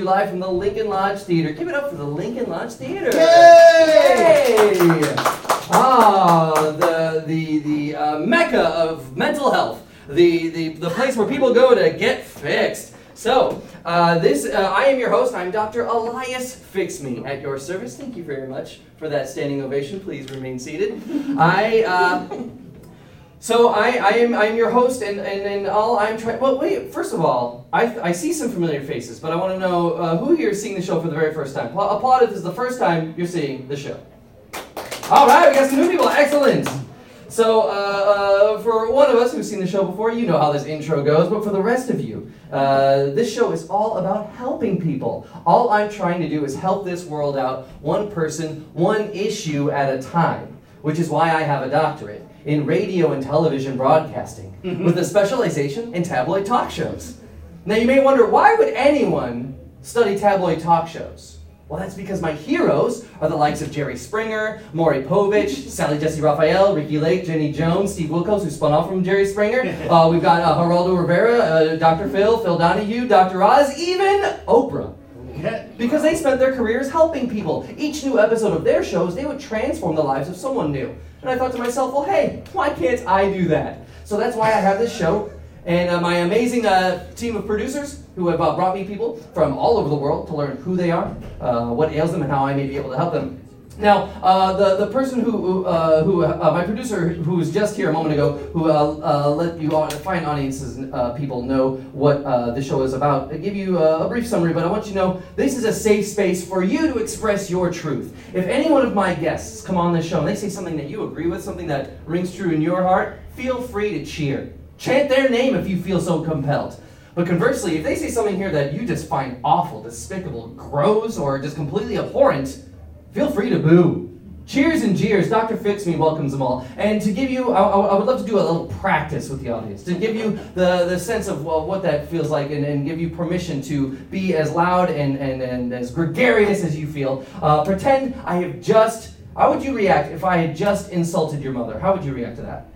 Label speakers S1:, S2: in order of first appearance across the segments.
S1: live from the Lincoln Lodge Theater. Give it up for the Lincoln Lodge Theater.
S2: Yay!
S1: Yay! Ah, the the the uh, mecca of mental health. The, the the place where people go to get fixed. So, uh, this uh, I am your host. I'm Dr. Elias Fixme at your service. Thank you very much for that standing ovation. Please remain seated. I. Uh, so I, I am I am your host and and, and all I'm trying. Well, wait. First of all, I, I see some familiar faces, but I want to know uh, who here is seeing the show for the very first time. Pla- applaud if this is the first time you're seeing the show. All right, we got some new people. Excellent. So, uh, uh, for one of us who's seen the show before, you know how this intro goes, but for the rest of you, uh, this show is all about helping people. All I'm trying to do is help this world out one person, one issue at a time, which is why I have a doctorate in radio and television broadcasting with a specialization in tabloid talk shows. Now, you may wonder why would anyone study tabloid talk shows? Well, that's because my heroes are the likes of Jerry Springer, Maury Povich, Sally Jesse Raphael, Ricky Lake, Jenny Jones, Steve Wilkos, who spun off from Jerry Springer. Uh, we've got uh, Geraldo Rivera, uh, Dr. Phil, Phil Donahue, Dr. Oz, even Oprah. Because they spent their careers helping people. Each new episode of their shows, they would transform the lives of someone new. And I thought to myself, well, hey, why can't I do that? So that's why I have this show. And uh, my amazing uh, team of producers who have uh, brought me people from all over the world to learn who they are, uh, what ails them, and how I may be able to help them. Now, uh, the, the person who, who, uh, who uh, my producer, who was just here a moment ago, who uh, uh, let you on, fine audiences and uh, people know what uh, the show is about, I give you uh, a brief summary, but I want you to know this is a safe space for you to express your truth. If any one of my guests come on this show and they say something that you agree with, something that rings true in your heart, feel free to cheer. Chant their name if you feel so compelled. But conversely, if they say something here that you just find awful, despicable, gross, or just completely abhorrent, feel free to boo. Cheers and jeers. Dr. Fixme welcomes them all. And to give you, I, I I would love to do a little practice with the audience, to give you the, the sense of well, what that feels like and, and give you permission to be as loud and, and, and as gregarious as you feel. Uh, pretend I have just, how would you react if I had just insulted your mother? How would you react to that?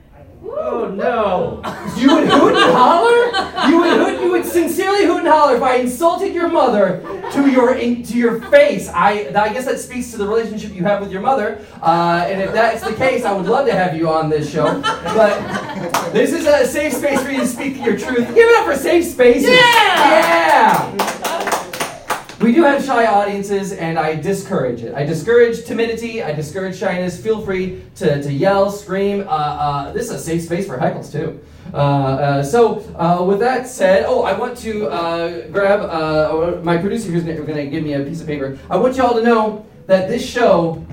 S2: Oh no!
S1: You would hoot and holler. You would hoot. You would sincerely hoot and holler if I insulted your mother to your in, to your face. I I guess that speaks to the relationship you have with your mother. Uh, and if that's the case, I would love to have you on this show. But this is a safe space for you to speak your truth. Give it up for safe spaces. Yeah. Yeah. We do have shy audiences, and I discourage it. I discourage timidity. I discourage shyness. Feel free to, to yell, scream. Uh, uh, this is a safe space for heckles, too. Uh, uh, so, uh, with that said, oh, I want to uh, grab uh, my producer who's going to give me a piece of paper. I want you all to know that this show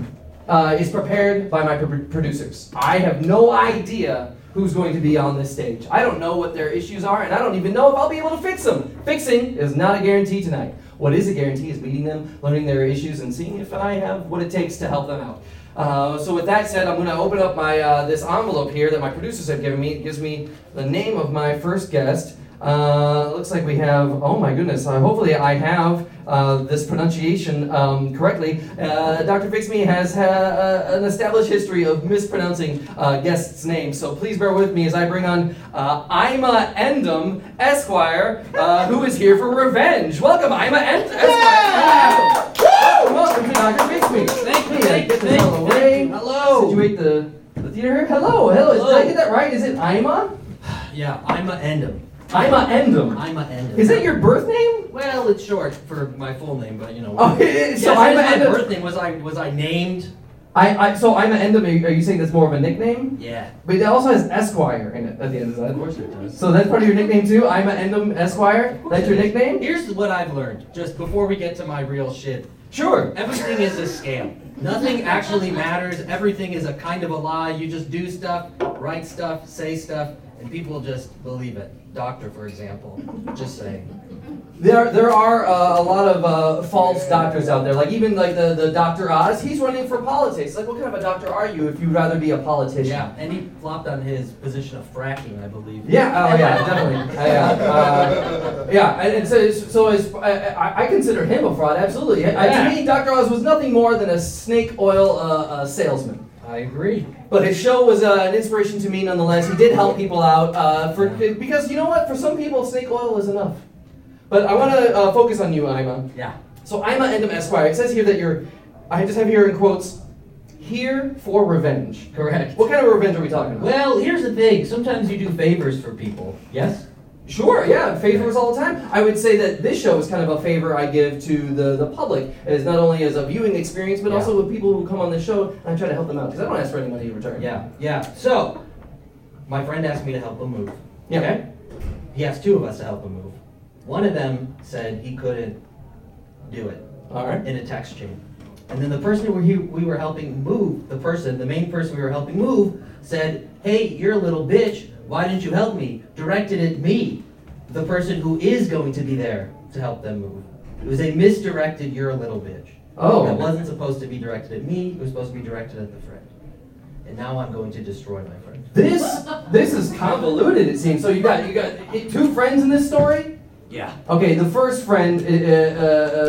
S1: uh, is prepared by my pr- producers. I have no idea who's going to be on this stage. I don't know what their issues are, and I don't even know if I'll be able to fix them. Fixing is not a guarantee tonight. What is a guarantee is meeting them, learning their issues, and seeing if I have what it takes to help them out. Uh, so with that said, I'm going to open up my uh, this envelope here that my producers have given me. It gives me the name of my first guest. Uh, looks like we have. Oh my goodness. Uh, hopefully, I have uh, this pronunciation um, correctly. Uh, Dr. Fixme has ha- uh, an established history of mispronouncing uh, guests' names, so please bear with me as I bring on uh, Ima Endem Esquire, uh, who is here for revenge. Welcome, Ima Endem Esquire. Welcome to Dr. Fixme.
S2: Thank you,
S1: Hey,
S2: thank you,
S1: get this
S2: thank
S1: out of
S2: you,
S1: the way.
S2: thank you. Hello.
S1: Situate the, the theater here. Hello, hello. Is- Did I get that right? Is it Ima?
S3: Yeah, I'm a endem.
S1: Ima Endem.
S3: I'm a endem.
S1: Is that your birth name?
S3: Well, it's short for my full name, but you know.
S1: Oh, it is.
S3: yes,
S1: so
S3: so
S1: I'm
S3: my
S1: Endem.
S3: birth name. Was I was I named?
S1: I, I so I'm an endem. Are you- Are you saying that's more of a nickname?
S3: Yeah.
S1: But it also has Esquire in it at the end of
S3: Of
S1: that.
S3: course it does.
S1: So that's part of your nickname too. I'm an endem Esquire. That's your nickname?
S3: Here's what I've learned, just before we get to my real shit.
S1: Sure.
S3: Everything is a scam. Nothing actually matters. Everything is a kind of a lie. You just do stuff, write stuff, say stuff, and people just believe it. Doctor, for example. Just saying.
S1: There there are uh, a lot of uh, false doctors out there. Like even like the, the Doctor Oz. He's running for politics. Like what kind of a doctor are you if you'd rather be a politician?
S3: Yeah, and he flopped on his position of fracking, I believe.
S1: Yeah, oh yeah, definitely. Uh, yeah, uh, yeah, and, and so, so as, I, I- I consider him a fraud, absolutely. I- I- to me, Dr. Oz was nothing more than a snake oil uh, uh, salesman.
S3: I agree.
S1: But his show was uh, an inspiration to me nonetheless. He did help people out uh, for because you know what? For some people, snake oil is enough. But I want to uh, focus on you, Ima.
S3: Yeah.
S1: So I'm a endem esquire. It says here that you're. I just have here in quotes. Here for revenge.
S3: Correct.
S1: What kind of revenge are we talking about?
S3: Well, here's the thing. Sometimes you do favors for people. Yes?
S1: Sure, yeah, favors all the time. I would say that this show is kind of a favor I give to the, the public, as not only as a viewing experience, but
S3: Yeah.
S1: also with people who come on the show, and I try to help them out because I don't ask for any money in return.
S3: Yeah, yeah. So, my friend asked me to help him move.
S1: Yeah.
S3: He asked two of us to help him move. One of them said he couldn't do it
S1: All right.
S3: in a text chain. And then the person who he, we were helping move, the person, the main person we were helping move, said, Hey, you're a little bitch. Why didn't you help me? Directed at me, the person who is going to be there to help them move. It was a misdirected, you're a little bitch.
S1: Oh.
S3: That wasn't supposed to be directed at me, it was supposed to be directed at the friend. And now I'm going to destroy my friend.
S1: This this is convoluted. It seems. So you got you got i- two friends in this story.
S3: Yeah.
S1: Okay, the first friend. Uh, uh,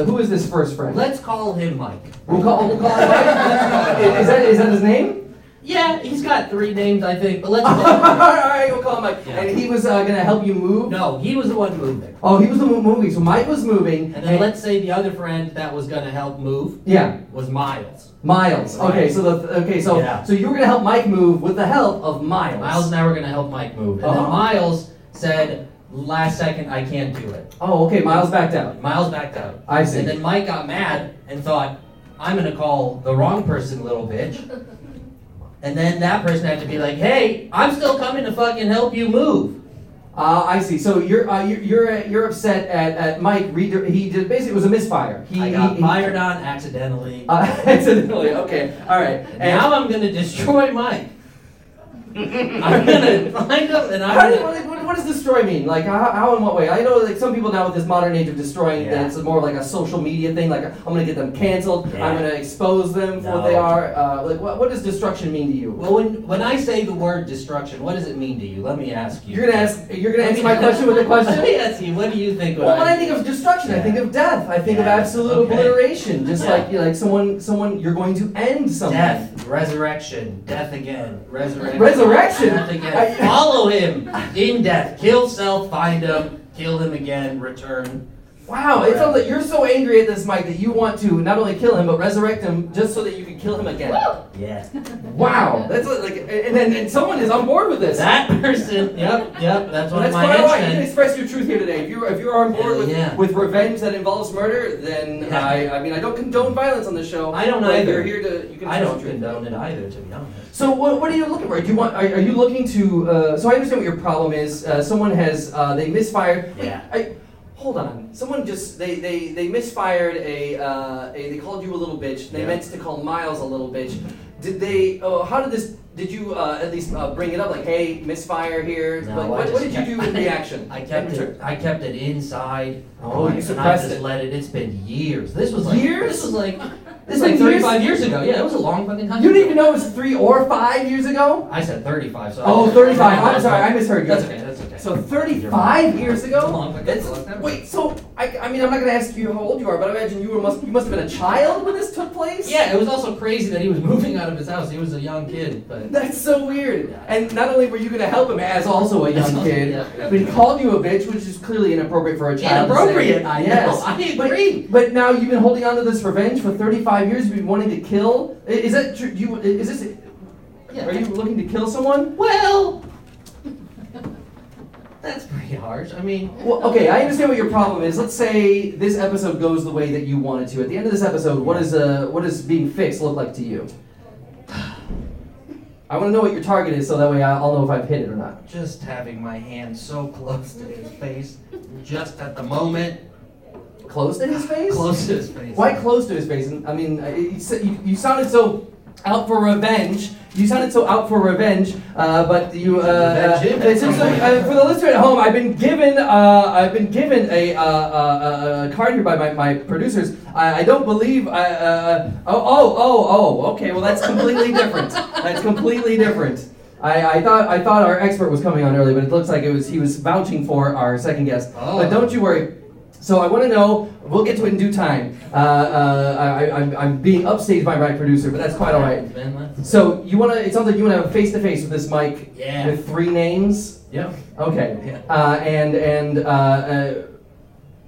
S1: uh, who is this first friend?
S3: Let's call him Mike.
S1: we'll call. We'll call. him Mike. is that is that his name?
S3: Yeah, he's got three names, I think, but let's
S1: all
S3: call him.
S1: right, we'll call him Mike.
S3: Yeah.
S1: And he was uh, gonna help you move.
S3: No, he was the one moving.
S1: Oh, he was the mo- moving. So Mike was moving.
S3: And then let's say the other friend that was gonna help move
S1: yeah.
S3: was Miles.
S1: Miles. Okay, so the okay, so
S3: Yeah.
S1: so you were gonna help Mike move with the help of Miles.
S3: Miles and I were gonna help Mike move. And then
S1: Uh-huh.
S3: Miles said, last second, I can't do it.
S1: Oh, okay. Miles backed out.
S3: Miles backed out.
S1: I see.
S3: And then Mike got mad and thought, I'm gonna call the wrong person, little bitch. And then that person had to be like, hey, I'm still coming to fucking help you move.
S1: Uh, I see. So you're uh, you're you're, you're upset at, at Mike. Reader, he did, basically it was a misfire. He,
S3: I got
S1: he- he-
S3: fired on accidentally.
S1: Uh, accidentally. Okay. All right.
S3: And
S1: And
S3: now I'm gonna destroy Mike. I'm gonna find him and
S1: how
S3: I'm
S1: did,
S3: gonna.
S1: what, what does destroy mean? Like how, how in what way? I know like some people now with this modern age of destroying
S3: Yeah.
S1: that it's more like a social media thing. Like I'm gonna get them canceled.
S3: Yeah.
S1: I'm gonna expose them for what they
S3: No.
S1: are. Uh, like what, what does destruction mean to you?
S3: Well, when when I say the word destruction, what does it mean to you? Let me ask you.
S1: you're gonna ask. You're gonna
S3: Let
S1: answer
S3: me-
S1: my question with a question.
S3: Let me ask you. What do you think?
S1: Well,
S3: when
S1: when I think of destruction, I think of death. I think of
S3: Yeah.
S1: absolute
S3: Okay.
S1: obliteration. Just
S3: Yeah.
S1: like like someone, someone, you're going to end something.
S3: death, resurrection, death again, resurrection,
S1: Resurrection?
S3: death again.
S1: I-
S3: Follow him in death. Kill self. Find him. Kill him again. Return.
S1: Wow, it sounds like you're so angry at this, Mike, that you want to not only kill him but resurrect him just so that you can kill him again.
S3: Yeah.
S1: Wow, that's what, like, and then and someone is on board with this.
S3: That person. Yep. Yep. That's one
S1: that's
S3: of my
S1: quite all right. You can
S3: henchmen.
S1: express your truth here today. If you're if you're on board with,
S3: Yeah.
S1: with revenge that involves murder, then
S3: Yeah.
S1: I I mean I don't condone violence on the show.
S3: I don't
S1: but if
S3: either.
S1: You're here to you can
S3: I
S1: express
S3: don't
S1: your truth.
S3: condone it either, to be honest.
S1: So what, what are you looking for? Do you want? Are, are you looking to? Uh, so I understand what your problem is. Uh, someone has uh, they misfired. Wait,
S3: Yeah.
S1: I, hold on. Someone just they they they misfired a, uh, a they called you a little bitch. They
S3: Yeah.
S1: meant to call Miles a little bitch. Did they? Oh, how did this? Did you uh, at least uh, bring it up? Like, hey, misfire here.
S3: No,
S1: like,
S3: I
S1: what, what
S3: just
S1: did you do
S3: kept-
S1: in reaction?
S3: I kept
S1: In return?
S3: it. I kept it inside.
S1: Oh, you
S3: and
S1: suppressed
S3: I just
S1: it.
S3: let it. It's been years. This was like
S1: Years?
S3: This was like this
S1: It's
S3: was like
S1: been years?
S3: 35 years ago. Yeah, it was a long fucking time.
S1: You
S3: ago.
S1: didn't even know it was three or five years ago.
S3: I said 35. So. I
S1: Oh,
S3: was-
S1: 35. I'm sorry, I misheard you.
S3: That's okay. That's okay.
S1: So 35 years ago?
S3: That's a long- that's a long time ago.
S1: Wait, so I, I mean I'm not gonna ask you how old you are, but I imagine you were must you must have been a child when this took place.
S3: yeah, it was also crazy that he was moving out of his house. He was a young kid, but
S1: That's so weird. And not only were you gonna help him as also a young kid,
S3: Yeah.
S1: but he called you a bitch, which is clearly inappropriate for a child. to say.
S3: inappropriate. I know.
S1: yes.
S3: I agree.
S1: But, but now you've been holding on to this revenge for 35 years. You've been wanting to kill. i- Is that true? You is this?
S3: Yeah.
S1: Are you looking to kill someone?
S3: Well, that's pretty harsh. I mean,
S1: Well, okay, I understand what your problem is. Let's say this episode goes the way that you want it to. At the end of this episode, what is uh, what does being fixed look like to you? I want to know what your target is, so that way I- I'll know if I've hit it or not.
S3: just having my hand so close to his face, just at the moment,
S1: Close to his face.
S3: close to his face.
S1: Why close to his face? I mean, I- you, s- you- you sounded so out for revenge. You sounded so out for revenge, uh, but you. Uh,
S3: Revenge him.
S1: uh, it's just, uh, uh, for the listener at home, I've been given uh, I've been given a, uh, uh, a card here by my, my producers. I, I don't believe. I, uh, oh oh oh oh. Okay, well that's completely different. That's completely different. I, I thought I thought our expert was coming on early, but it looks like it was he was vouching for our second guest. But
S3: Oh.
S1: don't you worry. So I want to know. We'll get to it in due time. Uh, uh, I, I- I'm, I'm being upstaged by my producer, but that's quite all right.
S3: Man, that's-
S1: So you want to? It sounds like you want to have a face to face with this mic
S3: Yeah.
S1: with three names.
S3: Yeah.
S1: Okay. Uh, and and uh, uh,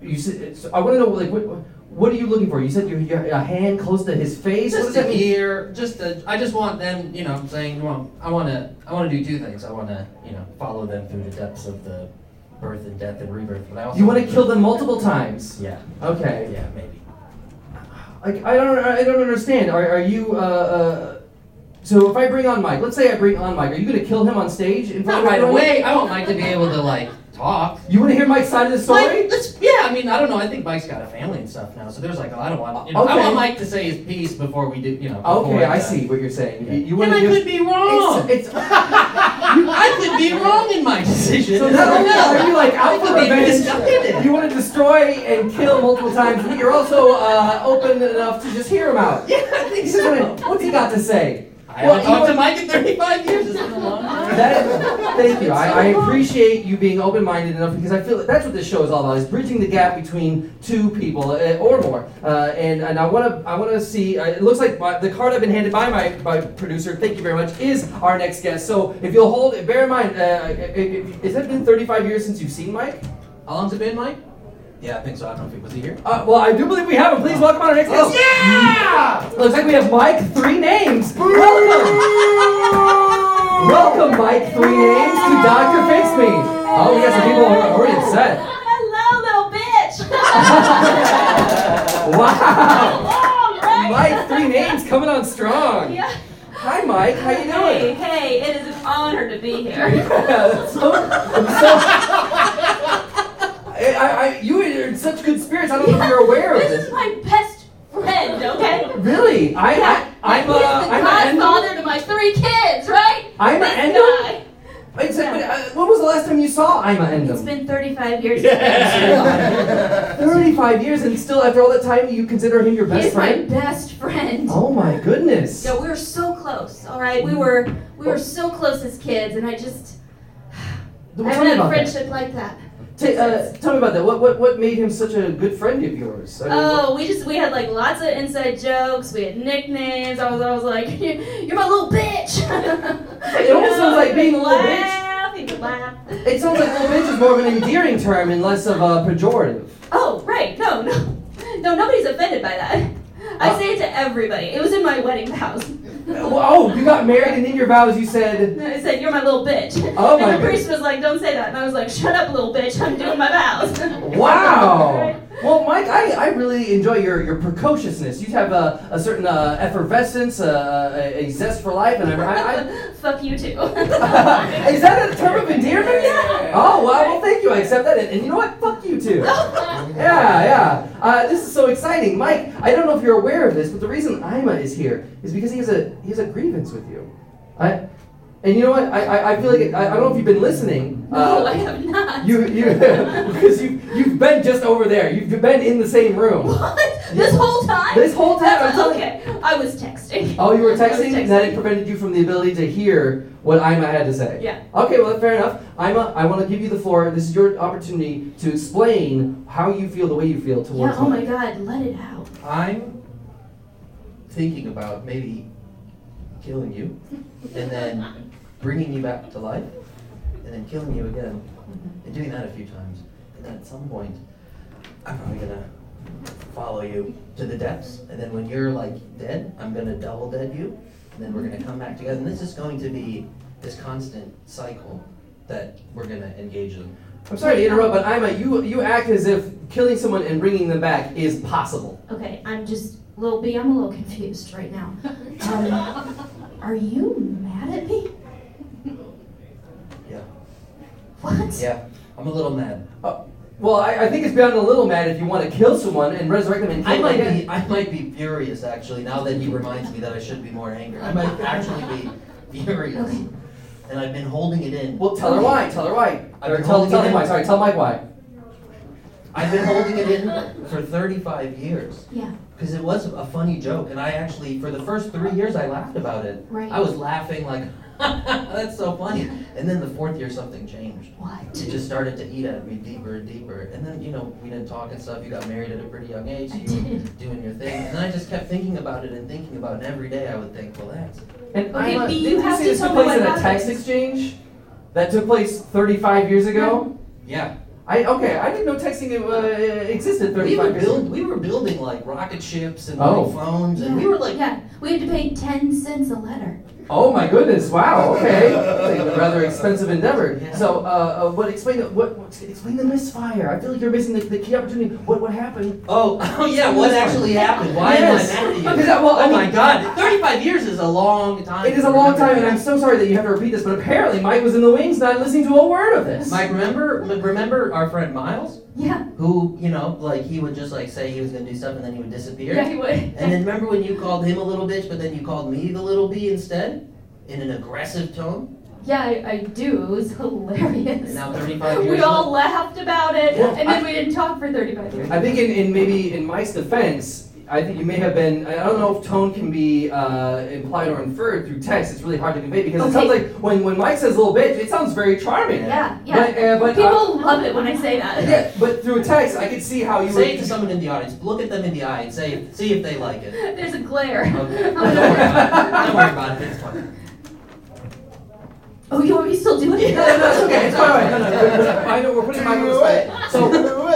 S1: you. s- it's- I want to know like what. What are you looking for? You said your, your a hand close to his face. what does
S3: Just
S1: that
S3: to
S1: mean?
S3: hear, just to, I just want them, you know, saying, well, I want to, I want to do two things. I want to, you know, follow them through the depths of the birth and death and rebirth. But I also
S1: You want to kill them multiple times.
S3: Yeah,
S1: Okay.
S3: yeah, maybe.
S1: Like I don't I don't understand. Are, are you uh, uh so if I bring on Mike, let's say I bring on Mike, are you gonna kill him on stage in front of
S3: Not right
S1: everyone?
S3: away. I want Mike to be able to like talk.
S1: You wanna hear Mike's side of the story?
S3: Mike, let's, yeah, I mean, I don't know. I think Mike's got a family and stuff now, so there's like, I don't want, you know, I
S1: Okay.
S3: want Mike to say his piece before we do, you know. before,
S1: okay, I
S3: uh,
S1: see what you're saying. You, you
S3: And
S1: wanna
S3: I
S1: give
S3: could be wrong.
S1: it's, it's
S3: I could be wrong in my decision.
S1: So not only are you like
S3: I
S1: out for
S3: could be
S1: revenge,
S3: misguided.
S1: you want to destroy and kill multiple times, but you're also uh, open enough to just hear him out.
S3: Yeah, I think
S1: This is what
S3: so.
S1: it- what's he got to say?
S3: I
S1: Well,
S3: haven't
S1: you
S3: talked
S1: know-
S3: to Mike in 35 years. It's been a long time.
S1: That is, thank you. I, I
S3: It's so long.
S1: appreciate you being open-minded enough because I feel that that's what this show is all about: is bridging the gap between two people uh, or more. Uh, and and I want to I want to see. Uh, it looks like my, the card I've been handed by my by producer. Thank you very much. Is our next guest. So if you'll hold, bear in mind, uh, i- i- i- has it been 35 years since you've seen Mike?
S3: How long's it been, Mike? Yeah, I think so. I don't know if he was he here.
S1: Uh, well, I do believe we have him. Please welcome on our next guest.
S3: Yeah!
S1: Looks like we have Mike, three names. Welcome! Welcome, Mike, three names to Dr. Fix Me. Oh, yes, the people are already upset.
S2: Hello, little bitch.
S1: Wow!
S2: Hello, right?
S1: Mike, three names coming on strong.
S2: Yeah.
S1: Hi, Mike. How you
S2: Hey,
S1: doing?
S2: hey, it is an honor to be here.
S1: Yeah, so, so, I, I, I- you were in such good spirits. I don't know if you're aware of
S2: This is
S1: this.
S2: my best friend, okay?
S1: Really? I, I, I'm a,
S2: He's the
S1: I'm a,
S2: godfather to my three kids, right?
S1: I'm a
S2: This
S1: endo.
S2: guy.
S1: It's, but, uh, when was the last time you saw I'm a endem?
S2: It's been 35 years.
S1: Thirty-five years, and still, after all that time, you consider him your best
S2: He's my
S1: friend.
S2: best friend.
S1: Oh my goodness!
S2: Yeah, we were so close. All right, we were we were so close as kids, and I just
S1: Well,
S2: I
S1: tell
S2: haven't
S1: me
S2: had a
S1: about that.
S2: friendship like that.
S1: Ta- uh, tell me about that. What, what what made him such a good friend of yours? I mean, what-
S2: Oh, we just we had like lots of inside jokes. We had nicknames. I was I was like, you're my little bitch.
S1: It almost sounds like being a little bitch.
S2: laugh, You could laugh.
S1: it sounds like little bitch is more of an endearing term and less of a pejorative.
S2: Oh, right. No, no, no. Nobody's offended by that. I
S1: Uh,
S2: say it to everybody. It was in my wedding vows.
S1: Well, oh, you got married, and in your vows you said,
S2: I said, "You're my little bitch."
S1: Oh,
S2: and
S1: my
S2: the priest was like, "Don't say that," and I was like, "Shut up, little bitch. I'm doing my vows."
S1: "Wow."
S2: Right?
S1: Well, Mike, I, I really enjoy your, your precociousness. You have a, a certain uh, effervescence, uh, a, a zest for life, and I, I, I
S2: Fuck you too.
S1: Uh, Is that a term of endearment? Oh, well, well, thank you. I accept that. And, and you know what? Fuck you too. Yeah, yeah. Uh, this is so exciting, Mike. I don't know if you're aware of this, but the reason Ima is here is because he has a he has a grievance with you. I, and you know what? I, I, I feel like it, I, I don't know if you've been listening. uh,
S2: no, Oh, I have not.
S1: you you because you you've been just over there. You've been in the same room.
S2: what? This whole time?
S1: This whole time, I'm telling you.
S2: okay, I was texting.
S1: Oh, you were
S2: I was
S1: texting, and that it prevented you from the ability to hear what Ima had to say.
S2: Yeah.
S1: Okay, well, fair enough. Ima, I want to give you the floor. This is your opportunity to explain how you feel the way you feel
S2: Yeah.
S1: towards
S2: Oh
S1: me.
S2: my God, let it out.
S3: I'm thinking about maybe killing you and then bringing you back to life and then killing you again and doing that a few times. And then at some point, I'm probably gonna follow you to the depths. And then when you're like dead, I'm gonna double dead you. And then we're gonna come back together. And this is going to be this constant cycle that we're gonna engage in.
S1: I'm sorry to interrupt, but Ima, you you act as if killing someone and bringing them back is possible.
S2: Okay, I'm just little B. I'm a little confused right now. Um, are you mad at me?
S3: Yeah.
S2: What?
S3: Yeah. I'm a little mad.
S1: Well, I, I think it's beyond a little mad if you want to kill someone and resurrect them and kill
S3: I
S1: them
S3: might
S1: again.
S3: be I might be furious actually now that he reminds me that I should be more angry. I might actually be furious. And I've been holding it in.
S1: Well, tell her why. Tell her why.
S3: I've
S1: Or
S3: been
S1: tell
S3: holding
S1: tell
S3: it
S1: him
S3: in.
S1: why. Sorry, tell Mike why.
S3: I've been holding it in for 35 years
S2: Yeah.
S3: because it was a funny joke and I actually for the first 3 years I laughed about it.
S2: Right.
S3: I was laughing like that's so funny. And then the fourth year something changed.
S2: What?
S3: It just started to eat at me deeper and deeper. And then, you know, we didn't talk and stuff. You got married at a pretty young age.
S2: I
S3: You
S2: did.
S3: were doing your thing. And then I just kept thinking about it and thinking about it. And every day I would think, well, that's.
S1: And
S2: Okay,
S1: Ima,
S2: B,
S1: didn't
S2: you have
S1: see
S2: to
S1: this
S2: tell
S1: took
S2: me
S1: place
S2: what
S1: in a text
S2: happened.
S1: exchange that took place 35 years ago?
S3: Yeah.
S1: I okay. I didn't know texting uh, existed
S4: We were,
S1: thirty-five years
S4: build,
S1: ago.
S4: we were building like rocket ships and
S1: Oh.
S4: like phones, and
S2: Yeah,
S4: we were like,
S2: yeah, we had to pay ten cents a letter.
S1: Oh my goodness! Wow. Okay, It's a rather expensive endeavor.
S4: Yeah.
S1: So, uh, uh, what? Explain the what, what? Explain the misfire. I feel like you're missing the, the key opportunity. What? What happened?
S4: oh, oh yeah, what actually happened? Why
S1: Yes.
S4: am I mad at you?
S1: Because I- well, I
S4: oh my
S1: mean-
S4: god, 35 years is a long time.
S1: It is
S4: to
S1: a long
S4: remember
S1: time, and
S4: that.
S1: I'm so sorry that you have to repeat this. But apparently, Mike was in the wings, not listening to a word of this.
S4: Mike, remember, remember our friend Miles?
S2: Yeah,
S4: who, you know, like he would just like say he was gonna do stuff and then he would disappear.
S2: yeah, he would.
S4: And then remember when you called him a little bitch, but then you called me the little b instead, in an aggressive tone.
S2: Yeah, I, I do. It was hilarious.
S4: And now 35 years.
S2: We all laughed about it,
S1: Well,
S2: and then we didn't talk for 35 years.
S1: I think in, in maybe in Mike's defense, I think you may have been. I don't know if tone can be uh, implied or inferred through text. It's really hard to convey because it
S2: Okay.
S1: sounds like when, when Mike says "little bitch," it sounds very charming.
S2: Yeah, yeah.
S1: But, uh, but, uh,
S2: People love it when I say that.
S1: yeah, but through text, I could see how you
S4: Say it
S1: were.
S4: to someone in the audience. Look at them in the eye and say, see if they like it.
S2: There's a glare.
S4: Okay. Don't worry about it. Don't worry about it. It's fine.
S2: Oh, you want me to still do it?
S1: No, no, no, it's okay. It's fine. No, no, no, no. I know we're putting Mike on the spot. So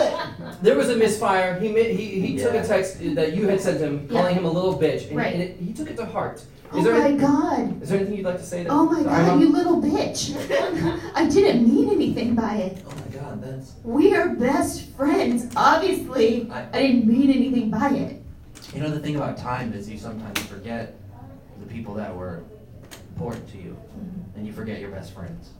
S1: there was a misfire. He mi- he, he took
S4: Yeah.
S1: a text that you had sent him,
S2: Yeah.
S1: calling him a little bitch, and,
S2: Right.
S1: and it, he took it to heart. Is
S2: Oh
S1: there
S2: my god.
S1: is there anything you'd like to say? To
S2: Oh my
S1: to Irma?
S2: god, you little bitch. I didn't mean anything by it.
S4: Oh my god, that's.
S2: We are best friends, obviously.
S4: I-
S2: I didn't mean anything by it.
S4: You know the thing about time is you sometimes forget the people that were important to you, and you forget your best friends.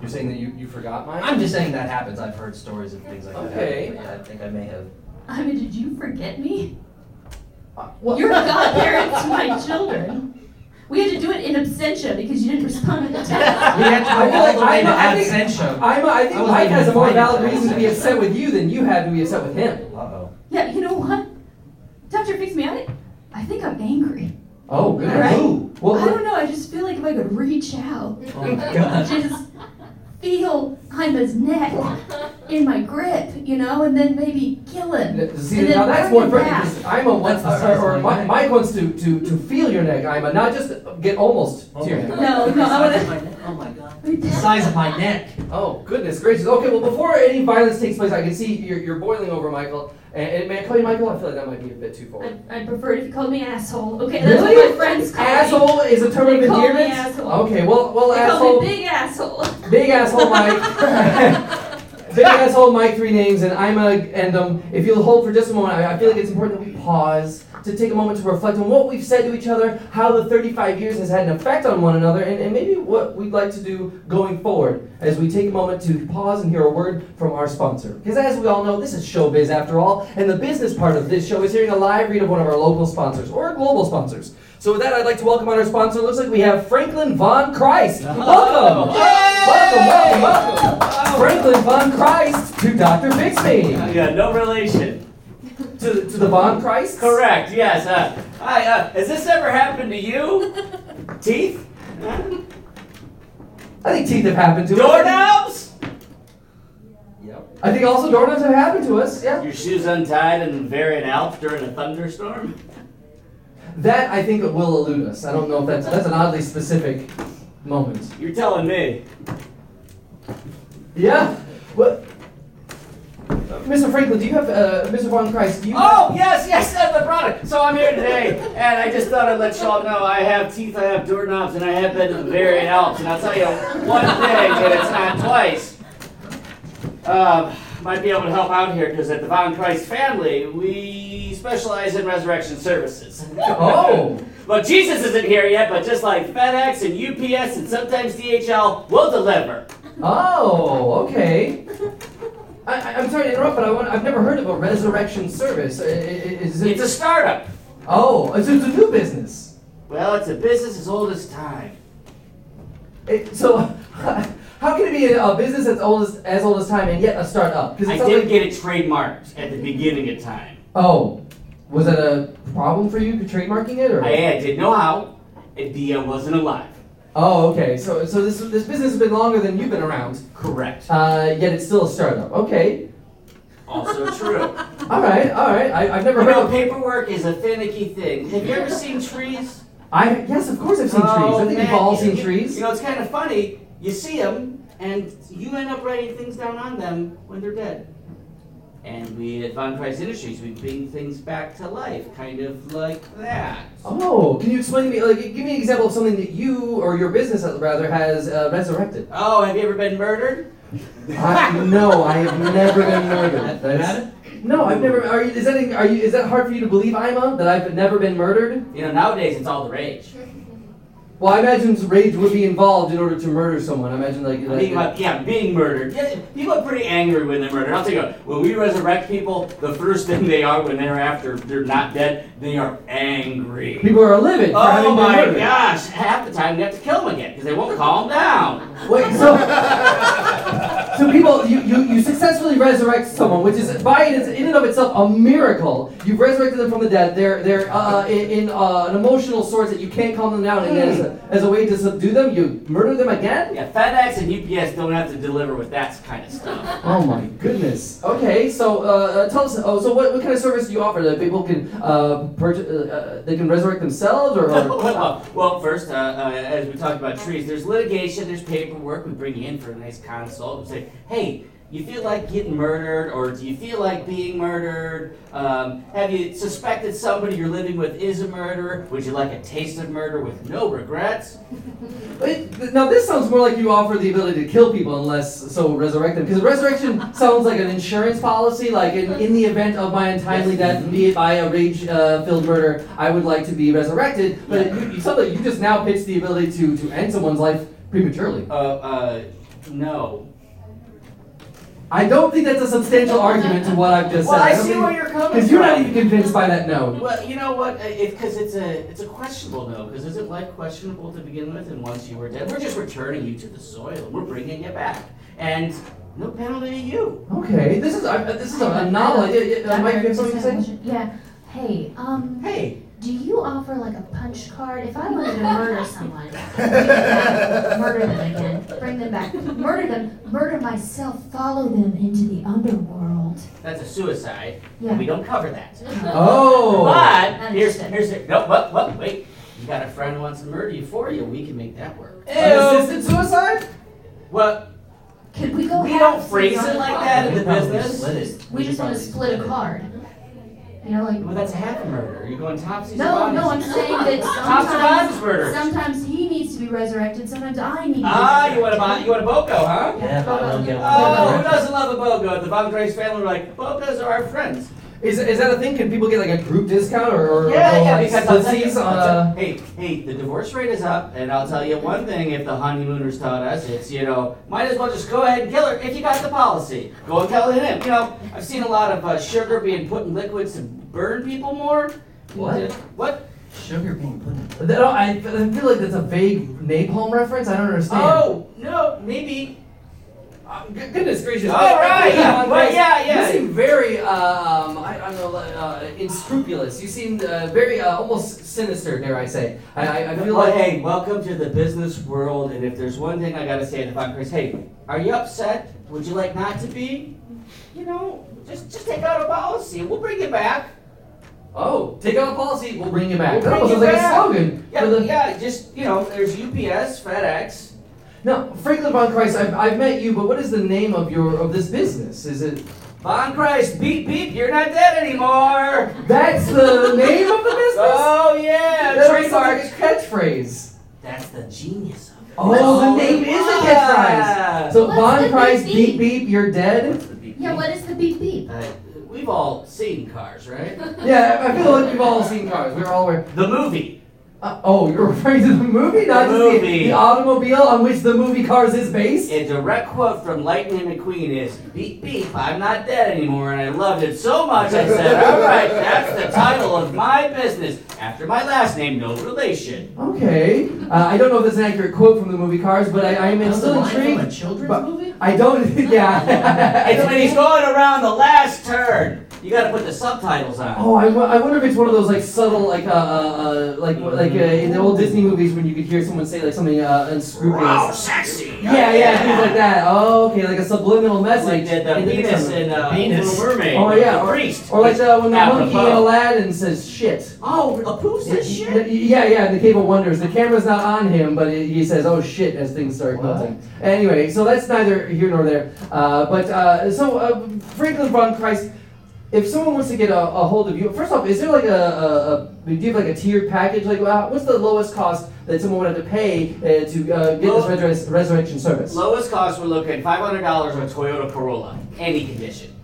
S1: You're saying that you, you forgot Mike.
S4: I'm just saying that happens. I've heard stories of things like that.
S1: Okay.
S4: but yeah, I think I may have.
S2: I mean, did you forget me?
S1: Uh, well-
S2: You're godparents to my children. We had to do it in absentia because you didn't respond to the text.
S4: We had to
S1: I
S4: go
S1: feel
S4: all the
S1: like
S4: way to
S1: I think-
S4: absentia.
S1: I'm, I
S4: I
S1: think
S4: wasn't
S1: Mike
S4: even
S1: has a more
S4: invited to
S1: valid
S4: that
S1: reason to be
S4: section.
S1: upset with you than you had to be upset with him.
S4: Uh-oh.
S2: Yeah, you know what? Doctor Fix Me, I, I think I'm angry.
S1: Oh,
S2: goodness. Right?
S1: Ooh.
S3: Oh
S2: I
S1: Well,
S2: don't know, I just feel like if I could reach out,
S4: Oh my god.
S2: just feel Heima's neck in my grip, you know, and then maybe kill him.
S1: see,
S2: And then
S1: now that's
S2: work
S1: one
S2: it
S1: friend
S2: back.
S1: because Ima
S4: That's
S1: wants,
S4: the size
S1: or, or
S4: of my
S1: Mi-
S4: neck.
S1: Mike wants to, to, to feel your neck, Ima, not just get almost
S5: Oh
S1: to your neck.
S2: No, no, I wanna-
S4: Oh my god. The size of my neck.
S1: Oh, goodness gracious. Okay, well, before any violence takes place, I can see you're, you're boiling over, Michael. And, and may I call you Michael? I feel like that might be a bit too
S2: I,
S1: forward.
S2: I prefer it if you called me asshole. Okay, that's what
S1: Really?
S2: my friends call me.
S1: Asshole is a term of
S2: They call me
S1: endearment?
S2: asshole.
S1: Okay, well, well,
S2: They
S1: asshole.
S2: call me big asshole.
S1: Big asshole Mike. Big asshole Mike, three names, and I'm a and um. If you'll hold for just a moment, I, I feel like it's important that we pause to take a moment to reflect on what we've said to each other, how the 35 years has had an effect on one another, and, and maybe what we'd like to do going forward as we take a moment to pause and hear a word from our sponsor. Because as we all know, this is showbiz after all, and the business part of this show is hearing a live read of one of our local sponsors or our global sponsors. So with that, I'd like to welcome on our sponsor. Looks like we have Franklin Von Christ. Welcome. Welcome, welcome, welcome! Uh, Franklin von Christ to Dr. Bixby.
S6: Yeah, no relation.
S1: To, to the von Christ?
S6: Correct. Yes. Uh, hi. Uh, has this ever happened to you? Teeth?
S1: I think teeth have happened to us.
S6: Doorknobs?
S1: Yep. I think also doorknobs have happened to us, yeah.
S6: Your shoes untied and variant Alf during a thunderstorm?
S1: That, I think, will elude us. I don't know if that's, that's an oddly specific moment.
S6: You're telling me.
S1: Yeah. What? Mr. Franklin, do you have, uh, Mr. von Christ, do you
S6: Oh yes, yes, that's the product. So I'm here today, and I just thought I'd let y'all know I have teeth, I have doorknobs, and I have been to the variant Alps. And I'll tell you one thing, and it's not twice. Um, might be able to help out here because at the Von Christ family, we specialize in resurrection services.
S1: Oh.
S6: Well, Jesus isn't here yet, but just like FedEx and UPS and sometimes DHL, we'll deliver.
S1: Oh, okay. I, I- I'm sorry to interrupt, but I want, I've never heard of a resurrection service. I- I- Is it?
S6: It's a startup.
S1: Oh, so it's a new business.
S6: Well, it's a business as old as time.
S1: It- so, how can it be a, a business that's old as, as old as time and yet a startup? Because
S6: I did get it trademarked at the beginning of time.
S1: Oh, was that a problem for you trademarking it or?
S6: I, I didn't know how, and DM wasn't alive.
S1: oh, okay. So, so this this business has been longer than you've been around,
S6: Correct.
S1: uh, yet it's still a startup. Okay.
S6: Also true.
S1: All right. All right. I, I've never
S6: You
S1: heard.
S6: know,
S1: Of,
S6: paperwork is a finicky thing. Have you ever seen trees? Oh,
S1: I yes, of course I've seen trees. I think we've all seen trees.
S6: You know, it's kind of funny. You see them, and you end up writing things down on them when they're dead. And we at Von Price Industries, we bring things back to life, kind of like that.
S1: Oh, can you explain to me? Like, give me an example of something that you or your business, uh, rather, has uh, resurrected.
S6: Oh, have you ever been murdered?
S1: I, no, I have never been murdered.
S3: That-
S1: That's-
S3: that-
S1: no, I've never. Are you? Is that? Are you? Is that hard for you to believe, Ima? That I've never been murdered?
S6: You know, nowadays it's all the rage.
S1: Well, I imagine rage would be involved in order to murder someone. I imagine like.
S6: I
S1: like-
S6: mean, like, yeah, being murdered. Yeah, people are pretty angry when they're murdered. I'll tell you what, when we resurrect people, the first thing they are when they're after they're not dead, they are angry.
S1: people are livid. for
S6: oh
S1: having been
S6: my
S1: murdered.
S6: gosh! Half the time you have to kill them again because they won't calm down.
S1: Wait, so so people, you, you, you successfully resurrect someone, which is by it is in and of itself a miracle. You've resurrected them from the dead. They're they're uh, in, in uh, an emotional source that you can't calm them down, and as a, as a way to subdue them, you murder them again.
S6: Yeah, FedEx and UPS don't have to deliver with that kind of stuff.
S1: Oh my goodness. Okay, so uh, uh, tell us. Oh, so what, what kind of service do you offer that people can uh, purchase? Uh, uh, they can resurrect themselves, or, or
S6: well, well, first, uh, uh, as we talked about trees, there's litigation, there's paperwork. We bring you in for a nice consult and say, hey, you feel like getting murdered, or do you feel like being murdered? Um, have you suspected somebody you're living with is a murderer? Would you like a taste of murder with no regrets?
S1: Wait, now this sounds more like you offer the ability to kill people unless so resurrect them because resurrection sounds like an insurance policy like in, in the event of my untimely death be it by a rage uh, filled murder I would like to be resurrected but you, you, suddenly you just now pitched the ability to, to end someone's life prematurely
S6: Uh, uh, no.
S1: I don't think that's a substantial argument to what I've just
S6: Well,
S1: said
S6: I see where you're coming from.
S1: because you're not even convinced by that no
S6: Well, you know what? Because it's a it's a questionable though. Because isn't life questionable to begin with? And once you were dead, we're just returning you to the soil. We're bringing you back, and no penalty to you.
S1: okay this is uh, this is a, a novel idea. Uh, Mike you have something to say
S2: Yeah. Hey, um,
S6: Hey,
S2: do you offer like a punch card? If I wanted to murder someone, we could murder them again, bring them back, murder them, murder myself, follow them into the underworld.
S6: that's a suicide.
S2: Yeah.
S6: And we don't cover that.
S1: oh
S6: But here's
S2: Understood.
S6: here's the, no. What what? Wait. You got a friend who wants to murder you for you. We can make that work.
S1: unassisted suicide.
S6: Well,
S2: Could we go?
S6: we
S2: halves
S6: don't
S2: and
S6: phrase
S2: go
S6: it like
S2: halves?
S6: that in
S4: We
S6: the
S4: probably
S6: business.
S4: split it.
S2: We just want to
S4: probably
S2: split a
S4: it.
S2: card. You know, like.
S6: Well, that's a half a murder. You're going topsy
S2: No, no, I'm saying that
S6: Top to
S2: sometimes,
S6: bottom's murder.
S2: sometimes he needs to be resurrected, sometimes I need to be
S6: Ah, you want a
S2: resurrected.
S6: bo- you want a boco, huh?
S4: Yeah, but I don't get
S6: Oh, who
S4: one.
S6: doesn't love a BOGO? The Von Grace family were like, BOGOs are our friends.
S1: Is, is that a thing? Can people get like a group discount or, or
S6: Yeah,
S1: or,
S6: yeah,
S1: like,
S6: because I'll tell you,
S1: splitsies on
S6: I'll
S1: a-
S6: tell- uh, hey, hey, the divorce rate is up, and I'll tell you one thing if the honeymooners taught us, it's, you know, might as well just go ahead and kill her if you got the policy. Go and tell him. You know, I've seen a lot of uh, sugar being put in liquids to burn people more.
S1: What?
S6: What?
S4: Sugar being put in.
S1: I don't- I, I feel like that's a vague napalm reference. I don't understand.
S6: Oh, no, maybe.
S1: Uh, g- goodness gracious!
S6: All
S1: I- I-
S6: right, yeah,
S1: on
S6: well,
S1: this-
S6: yeah, yeah.
S1: You seem very, uh, um, I, I don't know, uh, unscrupulous. You seem uh, very uh, almost sinister, dare I say? I, I, I feel
S6: Well,
S1: like
S6: hey, welcome to the business world, and if there's one thing I gotta say to Von Grace, hey, are you upset? Would you like not to be? You know, just just take out a policy, and we'll bring you back.
S1: oh, take out a policy, we'll bring you back.
S6: We'll
S1: that
S6: bring
S1: almost
S6: you
S1: sounds like
S6: back.
S1: a slogan.
S6: Yeah,
S1: for the-
S6: yeah, just you know, there's UPS, FedEx.
S1: Now, Franklin von Christ, I've, I've met you, but what is the name of your of this business? Is it?
S6: Von Christ, beep beep, you're not dead anymore.
S1: That's the name of the business.
S6: Oh yeah,
S1: That's trademark
S6: trademark.
S1: catchphrase.
S6: That's the genius of it.
S1: Oh, the name is a
S6: yeah.
S1: catchphrase. So
S2: What's
S1: Von
S2: the
S1: Price,
S2: beep
S1: beep
S2: beep?
S1: beep, you're dead.
S4: the beep?
S2: Yeah, what is the beep beep?
S6: Uh, we've all seen cars, right?
S1: Yeah, I feel like we've all seen cars. We're all aware.
S6: the movie.
S1: Uh, oh, you're referring to the movie, not
S6: The
S1: just
S6: movie.
S1: The, the automobile on which the movie Cars is based.
S6: A direct quote from Lightning McQueen is Beep beep, I'm not dead anymore, and I loved it so much I said, Alright, that's the title of my business. After my last name, no relation.
S1: Okay. Uh, I don't know if that's an accurate quote from the movie Cars, but I, I am
S4: That was
S1: still
S4: a line from
S1: intrigued.
S4: a children's
S1: But-
S4: movie?
S1: I don't. Yeah.
S6: It's when he's going around the last turn. You gotta put the subtitles on.
S1: Oh, I, wo- I wonder if it's one of those like subtle like uh, uh uh, like like uh, in the old Disney movies when you could hear someone say like something uh, unscrupulous.
S6: Wow, sexy.
S1: Yeah, yeah, things like that. Oh, okay, like a subliminal message.
S6: Like the, the
S1: in the
S6: penis
S1: mix-up.
S6: in uh,
S4: Penis.
S6: Little Mermaid.
S1: Oh, yeah,
S6: The
S1: or-
S6: priest.
S1: Or like the, when the
S6: Apropos.
S1: monkey in Aladdin says shit.
S6: Oh, approves this shit?
S1: Yeah, yeah, in the Cave of Wonders. The camera's not on him, but he he says, oh shit, as things start
S4: What?
S1: melting. Anyway, so that's neither here nor there. Uh, but, uh, so, uh, Franklin von Christ, if someone wants to get a, a hold of you, first off, is there like a, a, a do you have like a tiered package? Like, uh, what's the lowest cost that someone would have to pay uh, to uh, get
S6: Low-
S1: this resur- resurrection service?
S6: Lowest cost, we're looking $500 on Toyota Corolla. Any condition.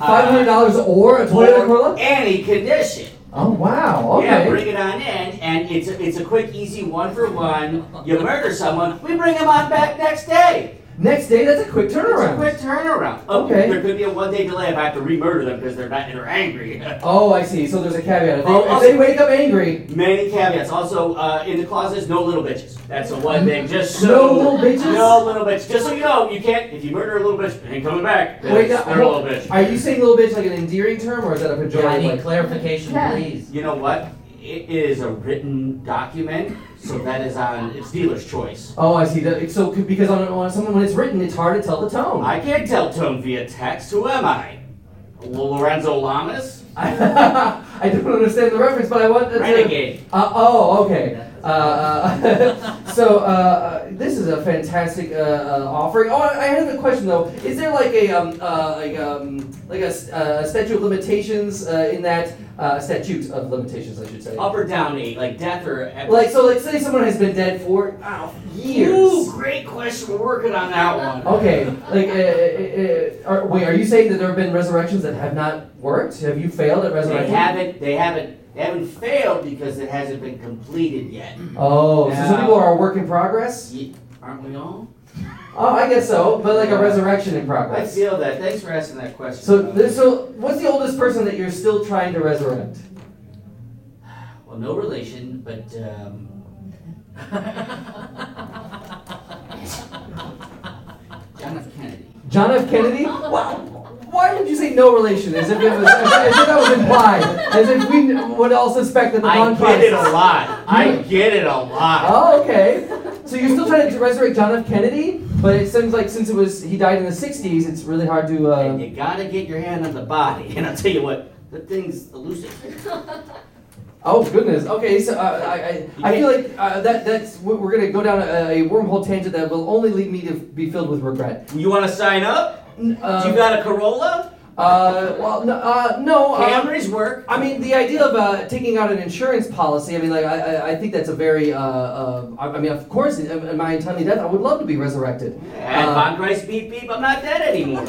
S6: Uh,
S1: $500 or a Toyota Corolla?
S6: Any condition.
S1: Oh, wow, okay.
S6: Yeah, bring it on in, and it's a, it's a quick, easy one for one. You murder someone, we bring them on back next day.
S1: Next day, that's a quick
S6: It's
S1: turnaround.
S6: a quick turnaround. Oh,
S1: Okay.
S6: There could be a one day delay if I have to remurder them because they're not they're angry.
S1: Oh, I see. So there's a caveat. If they,
S6: Oh,
S1: if
S6: also-
S1: they wake up angry,
S6: Many caveats. Also, uh, in the clauses, no little bitches. That's the one thing. Just so
S1: No little bitches?
S6: No little bitch. Just so you know, you can't. If you murder a little bitch, it ain't coming back.
S1: Wait,
S6: Yes,
S1: no,
S6: they're a
S1: hold-
S6: little bitch.
S1: are you saying little bitch like an endearing term or is that a pejorative?
S3: Yeah, I need
S1: like-
S3: clarification,
S2: Yeah.
S3: please.
S6: You know what? It is a written document, so that is on it's dealer's choice.
S1: oh, I see. That, so c- because on, on someone when it's written, it's hard to tell the tone.
S6: I can't tell tone via text. Who am I? Lorenzo Lamas?
S1: I, don't understand the reference, but I want that to.
S6: Renegade.
S1: Uh, oh, okay. Uh, uh, so uh, uh, this is a fantastic uh, uh, offering. Oh, I I have a question though. Is there like a um, uh, like um, like a s- uh, statute of limitations uh, in that uh, statute of limitations, I should say?
S6: Up or down eight, like death or
S1: Like so, like say someone has been dead for oh,
S6: Wow.
S1: years. Oh,
S6: Ooh, great question. We're working on that one.
S1: Okay, like uh, uh, uh, are, wait, are you saying that there have been resurrections that have not worked? Have you failed at
S6: They
S1: resurrection?
S6: haven't. They haven't. They haven't failed because it hasn't been completed yet.
S1: Oh, so some
S6: Yeah.
S1: people are a work in progress.
S6: Ye- Aren't we all?
S1: Oh, I guess so, but like a resurrection in
S6: I
S1: progress.
S6: feel that. Thanks for asking that question.
S1: So, th- so what's the oldest person that you're still trying to resurrect?
S6: well, no relation, but um, John F. Kennedy.
S1: John F. Kennedy? Wow. Why would you say no relation? As if, it was, as if that was implied. As if we kn- would all suspect that the
S6: I get it
S1: non-Christ.
S6: a lot. I get it a lot.
S1: Oh, okay. So you're still trying to resurrect John F. Kennedy, but it seems like since it was he died in the '60s, it's really hard to.
S6: And
S1: Uh,
S6: you gotta get your hand on the body. And I'll tell you what, the thing's elusive.
S1: oh goodness. Okay, so uh, I, I I feel like uh, that that's we're we're gonna go down a, a wormhole tangent that will only lead me to be filled with regret.
S6: You wanna sign up?
S1: N-
S6: you
S1: Uh,
S6: got a Corolla?
S1: uh, well, no, uh, no. Um,
S6: Camrys work.
S1: I mean, the idea of uh, taking out an insurance policy. I mean, like, I, I, I think that's a very. Uh, uh, I I mean, of course, in in my untimely death, I would love to be resurrected.
S6: And
S1: Uh,
S6: Von Christ beep beep, I'm not dead anymore.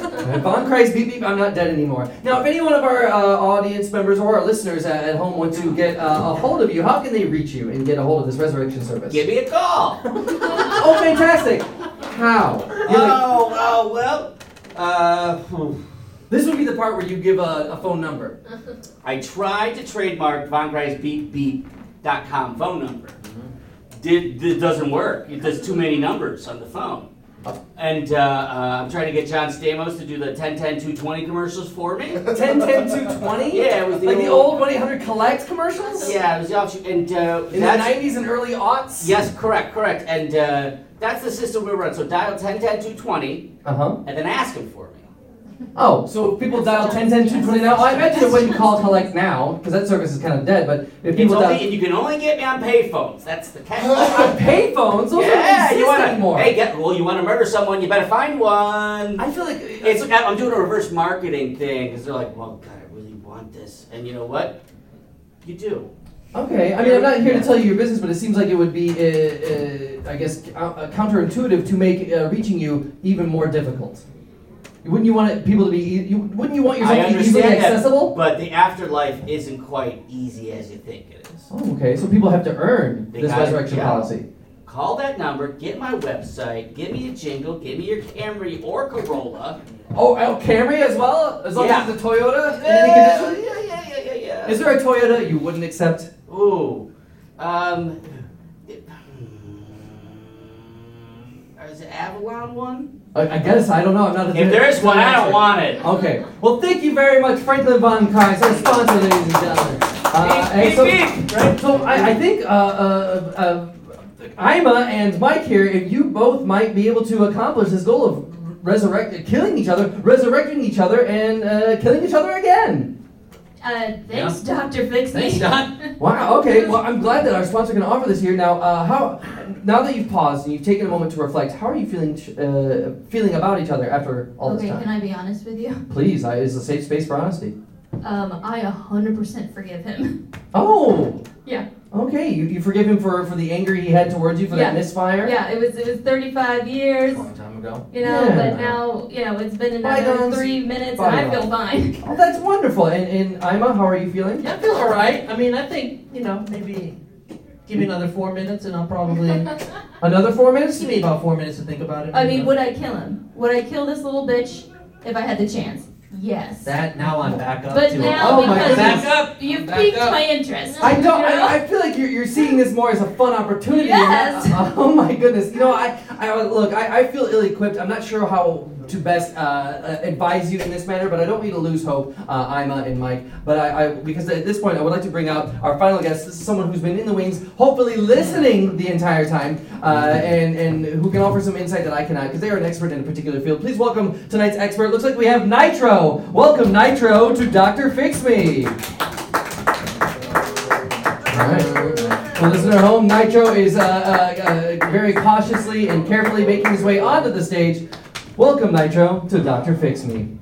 S1: Von Christ, beep beep, I'm not dead anymore. Now, if any one of our uh, audience members or our listeners at, at home want to get uh, a hold of you, how can they reach you and get a hold of this resurrection service?
S6: Give me a call.
S1: Oh, fantastic! How? You're like-
S6: Oh, oh, well, uh, phew.
S1: this would be the part where you give a, a phone number.
S6: I tried to trademark Von Christ beep beep.com phone number. Did, this doesn't work. It does too many numbers on the phone. And uh, uh, I'm trying to get John Stamos to do the 10 10 220 commercials for me.
S1: 10 10 220?
S6: Yeah, it was the
S1: Like the
S6: old-
S1: old 1 800 Collect commercials?
S6: Yeah, it was the offshoot, and uh,
S1: In
S6: that's-
S1: the 90s and early aughts?
S6: yes, correct, correct, and uh, that's the system we run. So dial 10, 10, 220,
S1: Uh huh.
S6: and then ask him for me.
S1: Oh, so if people dial 10 10 220 now, I imagine it wouldn't call Collect now, because that service is kind of dead, but if
S6: It's
S1: people
S6: only,
S1: dial.
S6: and you can only get me on payphones. That's the catch.
S1: Payphones? Those don't
S6: yeah,
S1: exist
S6: you wanna
S1: anymore.
S6: hey, get well. You want to murder someone? You better find one.
S1: I feel like
S6: It's I'm doing a reverse marketing thing because they're like, well, God, I really want this, and you know what? You do.
S1: okay. I mean, I'm not here to tell you your business, but it seems like it would be, uh, uh, I guess, cou- uh, counterintuitive to make uh, reaching you even more difficult. Wouldn't you want it, people to be? e- You, wouldn't you want yourself
S6: I
S1: to be easily
S6: understand that,
S1: accessible?
S6: but the afterlife isn't quite easy as you think it is.
S1: Oh, okay, so people have to earn
S6: They
S1: this
S6: gotta-
S1: resurrection
S6: yeah.
S1: policy.
S6: Call that number, get my website, give me a jingle, give me your Camry or Corolla.
S1: Oh, oh, Camry as well, as long
S6: Yeah.
S1: as it's a Toyota. in any
S6: Uh, yeah,
S1: condition?
S6: yeah, yeah, yeah, yeah.
S1: Is there a Toyota you wouldn't accept?
S6: Ooh. Um. I,
S5: is it Avalon one?
S1: I, I guess I don't know. I'm not. A
S6: If there is one, I don't want it.
S1: Okay. Well, thank you very much, Franklin Von Kreis, our sponsor, ladies and gentlemen. Uh, and
S6: Beep,
S1: so,
S6: beep,
S1: right, so I, I think uh, uh, uh, Ima and Mike here, if you both might be able to accomplish this goal of resurrect, killing each other, resurrecting each other, and uh, killing each other again.
S2: Uh, thanks, Dr. Fix Me.
S3: Thanks, Don.
S1: Wow. Okay. Well, I'm glad that our sponsor can offer this here. Now, uh, how? Now that you've paused and you've taken a moment to reflect, how are you feeling? Uh, feeling about each other after all
S2: okay,
S1: this time?
S2: can I be honest with you?
S1: Please, I, it's a safe space for honesty.
S2: Um, I 100% forgive him.
S1: Oh.
S2: Yeah.
S1: Okay, you, you forgive him for, for the anger he had towards you for that
S2: Yeah.
S1: misfire?
S2: Yeah, it was it was 35 years,
S4: long time ago.
S2: you know,
S1: Yeah.
S2: but now, you know, it's been another
S1: Bygones.
S2: three minutes and I feel fine.
S1: Oh, that's wonderful. And, and Ima, how are you feeling?
S5: Yeah, I feel all right. I mean, I think you know maybe give me another four minutes, and I'll probably
S1: Another four minutes?
S5: just give me about four minutes to think about it.
S2: I mean, would I kill him? Would I kill this little bitch if I had the chance? Yes.
S3: That now I'm back up
S2: But
S3: to
S2: now
S1: Oh my
S2: because
S1: goodness.
S3: back
S2: you've-
S3: up.
S2: you've
S3: Back
S2: piqued
S3: up.
S2: my interest.
S1: I don't.
S2: you know?
S1: I, I feel like you're, you're seeing this more as a fun opportunity.
S2: Yes.
S1: Uh, oh my goodness. You know, I, I look. I, I feel ill-equipped. I'm not sure how to best uh, uh, advise you in this matter, but I don't want you to lose hope, uh, Ima and Mike. But I, I, because at this point, I would like to bring out our final guest. This is someone who's been in the wings, hopefully listening the entire time, uh, and and who can offer some insight that I cannot, because they are an expert in a particular field. Please welcome tonight's expert. Looks like we have Nitro. Welcome Nitro to Doctor Fix Me. For listener at home, Nitro is uh, uh, uh, very cautiously and carefully making his way onto the stage. Welcome, Nitro, to Dr. Fix Me.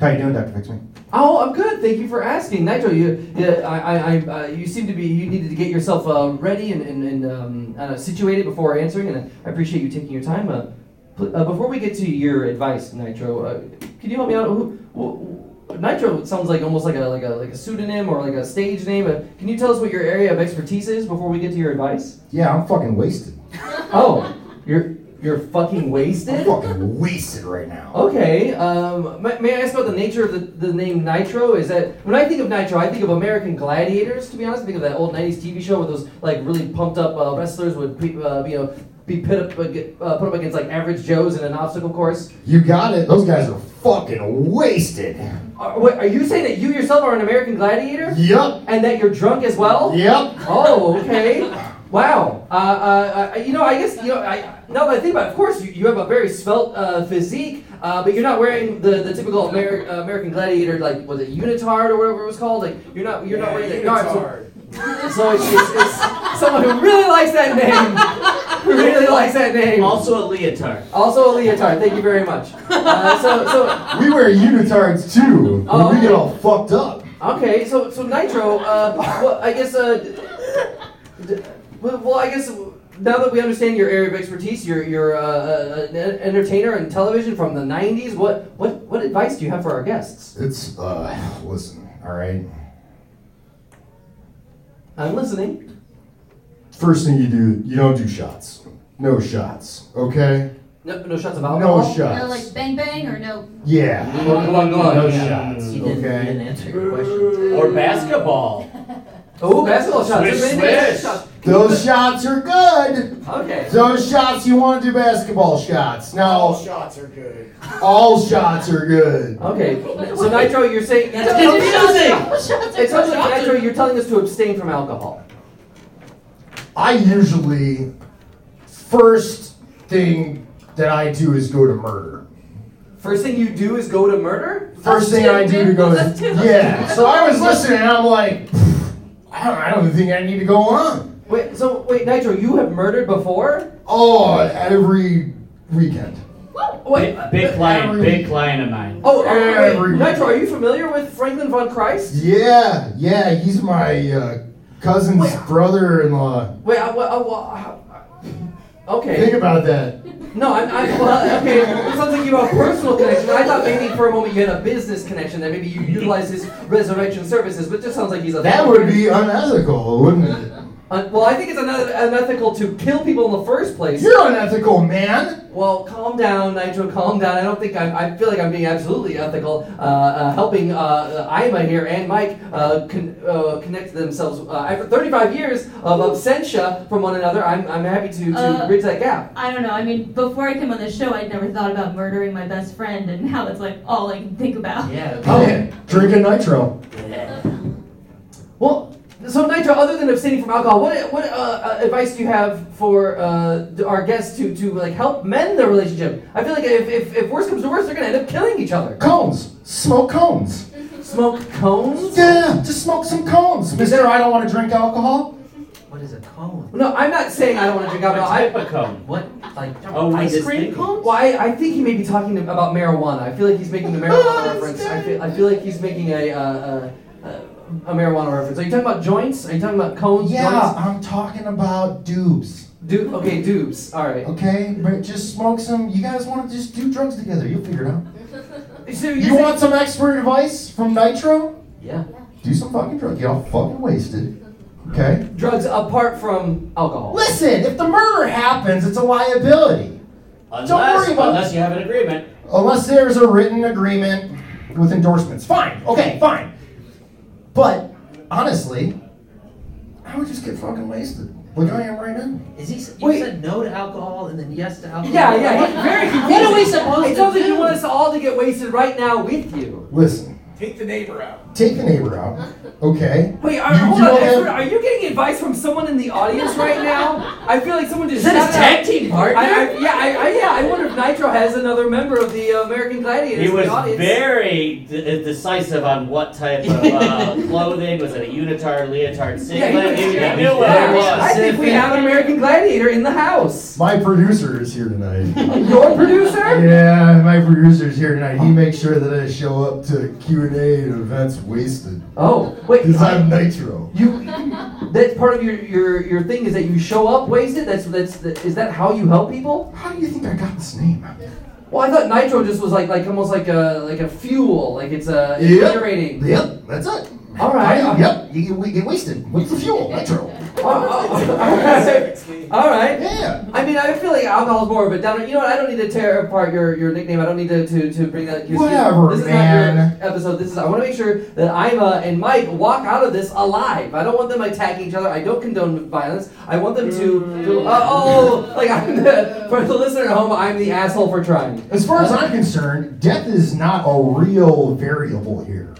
S7: How you doing, Dr. Fixman?
S1: Oh, I'm good. Thank you for asking, Nitro. You, you I, I, I, uh, you seem to be. You needed to get yourself uh, ready and and, and um, uh, situated before answering, and I appreciate you taking your time. Uh, pl- uh, before we get to your advice, Nitro, uh, can you help me out? Who, wh- wh- Nitro sounds like almost like a like a like a pseudonym or like a stage name. Uh, can you tell us what your area of expertise is before we get to your advice?
S7: Yeah, I'm fucking wasted.
S1: Oh, you're you're fucking
S7: I'm
S1: wasted.
S7: fucking wasted right now.
S1: Okay. Um, may, may I ask about the nature of the, the name Nitro? Is that when I think of Nitro, I think of American Gladiators. To be honest, I think of that old '90s TV show where those like really pumped up uh, wrestlers would pe- uh, you know be pit up ag- uh, put up against like average Joes in an obstacle course.
S7: You got it. Those guys are fucking wasted.
S1: Are, wait, are you saying that you yourself are an American Gladiator
S7: Yep.
S1: and that you're drunk as well?
S7: Yep.
S1: Oh, okay. Wow. Uh, uh, uh, you know, I guess you know. I, now that I think about, it, of course, you, you have a very svelte uh, physique, uh, but you're not wearing the, the typical Ameri- uh, American gladiator like was it unitard or whatever it was called. Like you're not you're not wearing that garb. So, so it's, it's, it's someone who really likes that name. Who really likes that name?
S6: Also a leotard.
S1: Also a leotard. Thank you very much. Uh, so so
S7: We wear unitards too. when
S1: Oh.
S7: we get all fucked up.
S1: Okay, so so Nitro, uh, well, I guess, uh, d- d- well, well, I guess now that we understand your area of expertise, you're you're uh, uh, an entertainer and television from the '90s. What what what advice do you have for our guests?
S7: It's uh, listen. All right.
S1: I'm listening.
S7: First thing you do, you don't do shots. No shots. Okay.
S1: No, no shots of alcohol.
S7: No
S2: No, like
S7: shots.
S2: bang bang or no?
S7: Yeah.
S1: Glug, glug, glug.
S7: No
S1: Yeah.
S7: shots.
S3: He didn't, he didn't
S7: Okay.
S3: answer your question.
S6: Or basketball.
S1: Oh, basketball shots.
S6: Swish,
S1: Everybody does
S6: swish.
S1: shots.
S7: Those shots are good.
S1: Okay.
S7: Those shots you want to do basketball shots. Now
S8: shots are good.
S7: all shots are good.
S1: Okay. So Nitro, you're saying
S3: That's confusing.
S1: It sounds like Nitro, you're telling us to abstain from alcohol.
S7: I usually first thing that I do is go to murder.
S1: First thing you do is go to murder.
S7: First thing I do to go to yeah. So I was listening. and I'm like, I don't, I don't think I need to go on.
S1: Wait. So wait, Nitro, you have murdered before.
S7: Oh, every weekend.
S1: Wait, uh,
S6: Big client, big client of mine.
S1: Oh, are, wait,
S7: Every-
S1: Nitro, are you familiar with Franklin von Christ?
S7: Yeah, yeah. He's my uh, cousin's brother-in-law.
S1: Wait, uh, I, well, I, well, I-
S7: Think
S1: uh, okay.
S7: about that.
S1: No, I'm, I'm well, okay. It sounds like you have a personal connection. I thought maybe for a moment you had a business connection that maybe you utilize his resurrection services, but it just sounds like he's a.
S7: That would be unethical, wouldn't it?
S1: Un- well, I think it's unoth- unethical to kill people in the first place.
S7: You're unethical, man.
S1: Well, calm down, Nitro. Calm down. I don't think I'm. I feel like I'm being absolutely ethical, uh, uh, helping uh, uh, Ima here and Mike uh, con- uh, connect themselves. Uh, after 35 years of absentia from one another, I'm, I'm happy to, to
S8: Uh,
S1: bridge that gap.
S8: I don't know. I mean, before I came on this show, I'd never thought about murdering my best friend, and now it's like all I can think about.
S3: Yeah.
S7: Oh, drinking nitro.
S1: Well, so Nitro, other than abstaining from alcohol, what what uh, uh, advice do you have for uh, th- our guests to, to like help mend their relationship? I feel like if, if, if worse comes to worse, they're gonna end up killing each other.
S7: Cones. Smoke cones.
S1: Smoke cones?
S7: Yeah, just smoke some cones, Mister. I don't want to drink alcohol.
S3: What is a cone?
S1: No, I'm not saying I don't want to drink alcohol.
S6: A
S1: I,
S6: type of cone.
S3: What like
S6: Oh,
S3: ice
S6: this
S3: cream
S6: thing.
S3: cones?
S1: well, I, I think he may be talking about marijuana. I feel like he's making the marijuana reference. I feel, I feel like he's making a, uh, uh, uh, a marijuana reference. Are you talking about joints? Are you talking about cones?
S7: Yeah,
S1: Joints?
S7: I'm talking about dupes.
S1: Du- okay, dupes. All right.
S7: Okay, but just smoke some. You guys want to just do drugs together? You'll figure it out.
S1: So you,
S7: You want some expert advice from Nitro?
S3: Yeah.
S7: Do some fucking drugs. Y'all fucking wasted. Okay.
S1: drugs apart from alcohol?
S7: Listen, if the murder happens, it's a liability.
S6: Unless,
S7: worry about it.
S6: unless you have an agreement.
S7: Unless there's a written agreement with endorsements. Fine. Okay, fine. But honestly, I would just get fucking wasted. Like I am right now.
S3: Is he? s- You
S1: Wait.
S3: said no to alcohol and then yes to alcohol.
S1: Yeah, yeah, he- very confusing.
S3: What are we supposed
S1: It
S3: to
S1: sounds like you
S3: do?
S1: want us all to get wasted right now with you.
S7: Listen,
S9: Take the neighbor out.
S7: take the neighbor out. Okay.
S1: Wait, are,
S7: You-
S1: hold
S7: you
S1: on,
S7: don't have-
S1: expert, are you getting advice from someone in the audience right now? I feel like someone just
S3: Is that his
S1: shouted out-
S3: tag team partner?
S1: I, I, yeah, I, I, yeah. I wonder if Nitro has another member of the uh, American Gladiators
S6: He
S1: in
S6: was
S1: the audience.
S6: very de- decisive on what type of uh, clothing. Was it a unitard, leotard,
S1: yeah,
S6: singlet?
S1: he was,
S6: He
S1: yeah,
S6: knew what it
S1: yeah, I
S6: was.
S1: think we have an American Gladiator in the house.
S7: My producer is here tonight.
S1: Your producer?
S7: yeah, my producer is here tonight. He makes sure that I show up to Q and A and events wasted
S1: Oh, wait.
S7: because I'm Nitro.
S1: You. That's part of your, your your thing is that you show up wasted. That's that's that, is that how you help people?
S7: How do you think I got this name?
S1: Well, I thought nitro just was like like almost like a like a fuel, like it's a it's
S7: Yep.
S1: invigorating.
S7: Yep, that's it.
S1: All right.
S7: I- yep, you get, we get wasted. What's the fuel? Nitro.
S1: Oh, oh, all right. All right.
S7: Yeah.
S1: I mean, I feel like alcohol's more of a downer. You know what? I don't need to tear apart your, your nickname. I don't need to, to, to bring that. 'cause
S7: Whatever,
S1: This is
S7: man.
S1: not your episode. This is. I want to make sure that Ima and Mike walk out of this alive. I don't want them attacking each other. I don't condone violence. I want them to. to
S8: Mm.
S1: uh, oh, like I'm the, for the listener at home, I'm the asshole for trying.
S7: As far as I'm concerned, death is not a real variable here.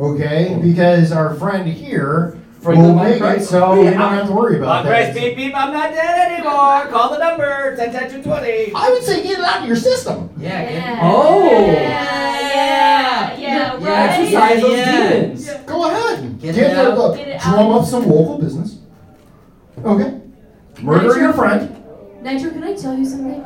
S7: Okay? Because our friend here will
S1: Franklin
S7: make
S1: Von
S7: it
S1: Christ.
S7: so we
S1: Yeah.
S7: don't have to worry about
S6: Bob Grace,
S7: that.
S6: beep beep, I'm not dead anymore. Call the number 10 10 220.
S7: I would say get it out of your system.
S3: Yeah.
S8: Yeah.
S1: Oh.
S8: Yeah. Yeah. Yeah.
S1: You
S8: right.
S1: exercise those
S3: Yeah.
S1: demons.
S7: Go ahead.
S3: Get
S7: Get
S3: it
S7: the-
S3: out.
S7: look,
S8: Get it
S7: drum
S8: out.
S7: up some local business. Okay? Murder
S2: Nitro.
S7: your friend.
S2: Nitro, can I tell you something?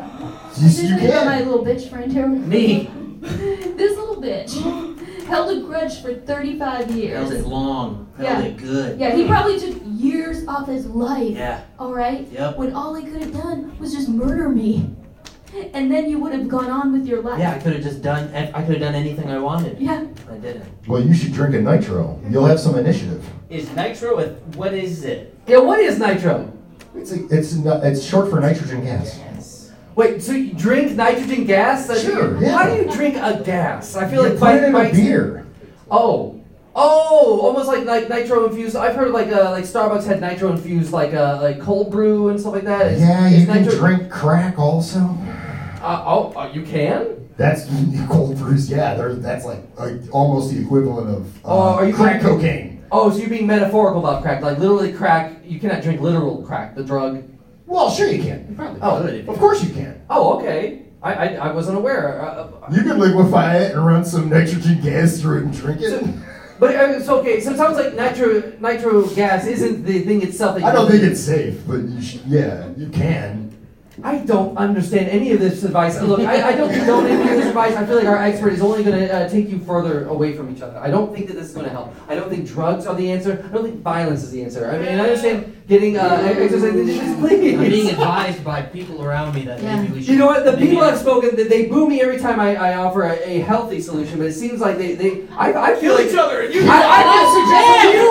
S7: Yes, you
S2: This is My
S7: can.
S2: little bitch friend here.
S3: get me.
S2: This little bitch held a grudge for 35
S3: Held it
S2: years.
S3: long. Held
S2: Yeah.
S3: it good.
S2: Yeah, he probably took years off his life.
S3: Yeah.
S2: All right.
S3: Yep.
S2: When all he could have done was just murder me, and then you would have gone on with your life.
S3: Yeah. I could have just done. I could have done anything I wanted.
S2: Yeah.
S3: I didn't.
S7: Well, you should drink a nitro. You'll have some initiative.
S6: Is Nitro a. What is it?
S1: Yeah, what is nitro?
S7: It's, a, it's, not, it's short for nitrogen gas.
S1: Wait, so you drink nitrogen gas? That's-
S7: Sure, yeah.
S1: Why do you drink a gas? I feel
S7: You
S1: like
S7: put it
S1: Mike-
S7: in a
S1: Mike's-
S7: beer.
S1: Oh, oh, almost like like nitro infused. I've heard like uh, like Starbucks had nitro infused like uh, like cold brew and stuff like that. Is-
S7: Yeah,
S1: is
S7: you can
S1: nitro-
S7: drink crack also.
S1: Uh, oh, uh, you can.
S7: That's cold brews. Yeah, they're, that's like uh, almost the equivalent of uh,
S1: Oh, are you-
S7: crack cocaine.
S1: Oh, so you're being metaphorical about crack, like literally crack. You cannot drink literal crack, the drug.
S7: Well, sure you can. You probably
S1: Oh.
S7: could if you- of course you can.
S1: Oh, okay. I I, I wasn't aware. Uh, uh,
S7: You can liquefy it and run some nitrogen gas through it and drink it.
S1: but uh, so okay, so it sounds like nitro nitro gas isn't the thing itself. That you
S7: I don't think it's safe, but you sh- yeah, you can.
S1: I don't understand any of this advice. Look, I, I don't condone any of this advice. I feel like our expert is only going to uh, take you further away from each other. I don't think that this is going to help. I don't think drugs are the answer. I don't think violence is the answer. I mean, I understand getting uh, exercise.
S3: I'm being
S1: Please.
S3: advised by people around me that
S2: Yeah.
S3: maybe we should.
S1: You know what? The
S3: maybe
S1: people
S3: I-
S1: have spoken. They, they boo me every time I, I offer a, a healthy solution, but it seems like they, they I, I feel
S9: Kill
S1: like
S9: each other and you.
S1: I, I just suggest you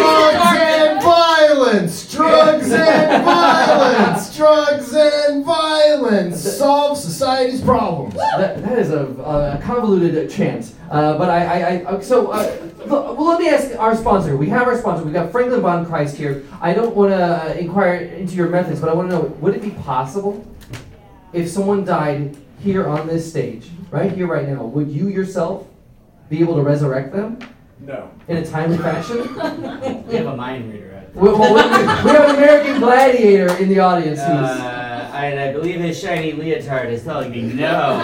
S7: Drugs and violence. Drugs violence, drugs, and violence solve society's problems.
S1: That, that is a, a convoluted chant. Uh, but I, I, I uh, so uh, l- well, let me ask our sponsor. We have our sponsor. We've got Franklin von Christ here. I don't want to inquire into your methods, but I want to know would it be possible if someone died here on this stage, right here, right now, would you yourself be able to resurrect them
S6: No.
S1: in a timely fashion?
S6: We have a mind reader out there.
S1: Well, well, we, we have an American gladiator in the audience. who's-
S6: Uh, and I believe his shiny leotard is telling me no.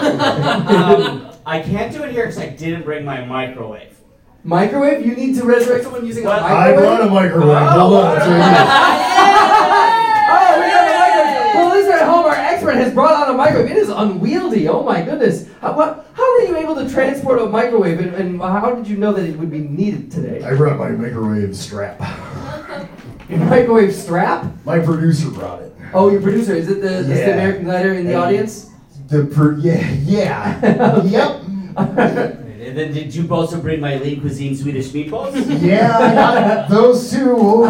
S6: um, I can't do it here because I didn't bring my microwave.
S1: microwave? You need to resurrect someone using
S6: Well,
S1: a
S6: I
S1: microwave?
S7: microwave. it's right here.
S1: Oh, we got a microwave. Well, at least at home, our expert has brought out a microwave. It is unwieldy. Oh my goodness. How, what, how were you able to transport a microwave, and, and how did you know that it would be needed today?
S7: I brought my microwave strap.
S1: Your microwave strap?
S7: My producer brought it.
S1: Oh, your producer. Is it the, is the
S7: Yeah.
S1: American Glider in the
S7: Hey.
S1: audience?
S7: The pro- yeah, yeah. yep.
S6: And then did you also bring my Lean Cuisine Swedish meatballs?
S7: Yeah, I got those two over.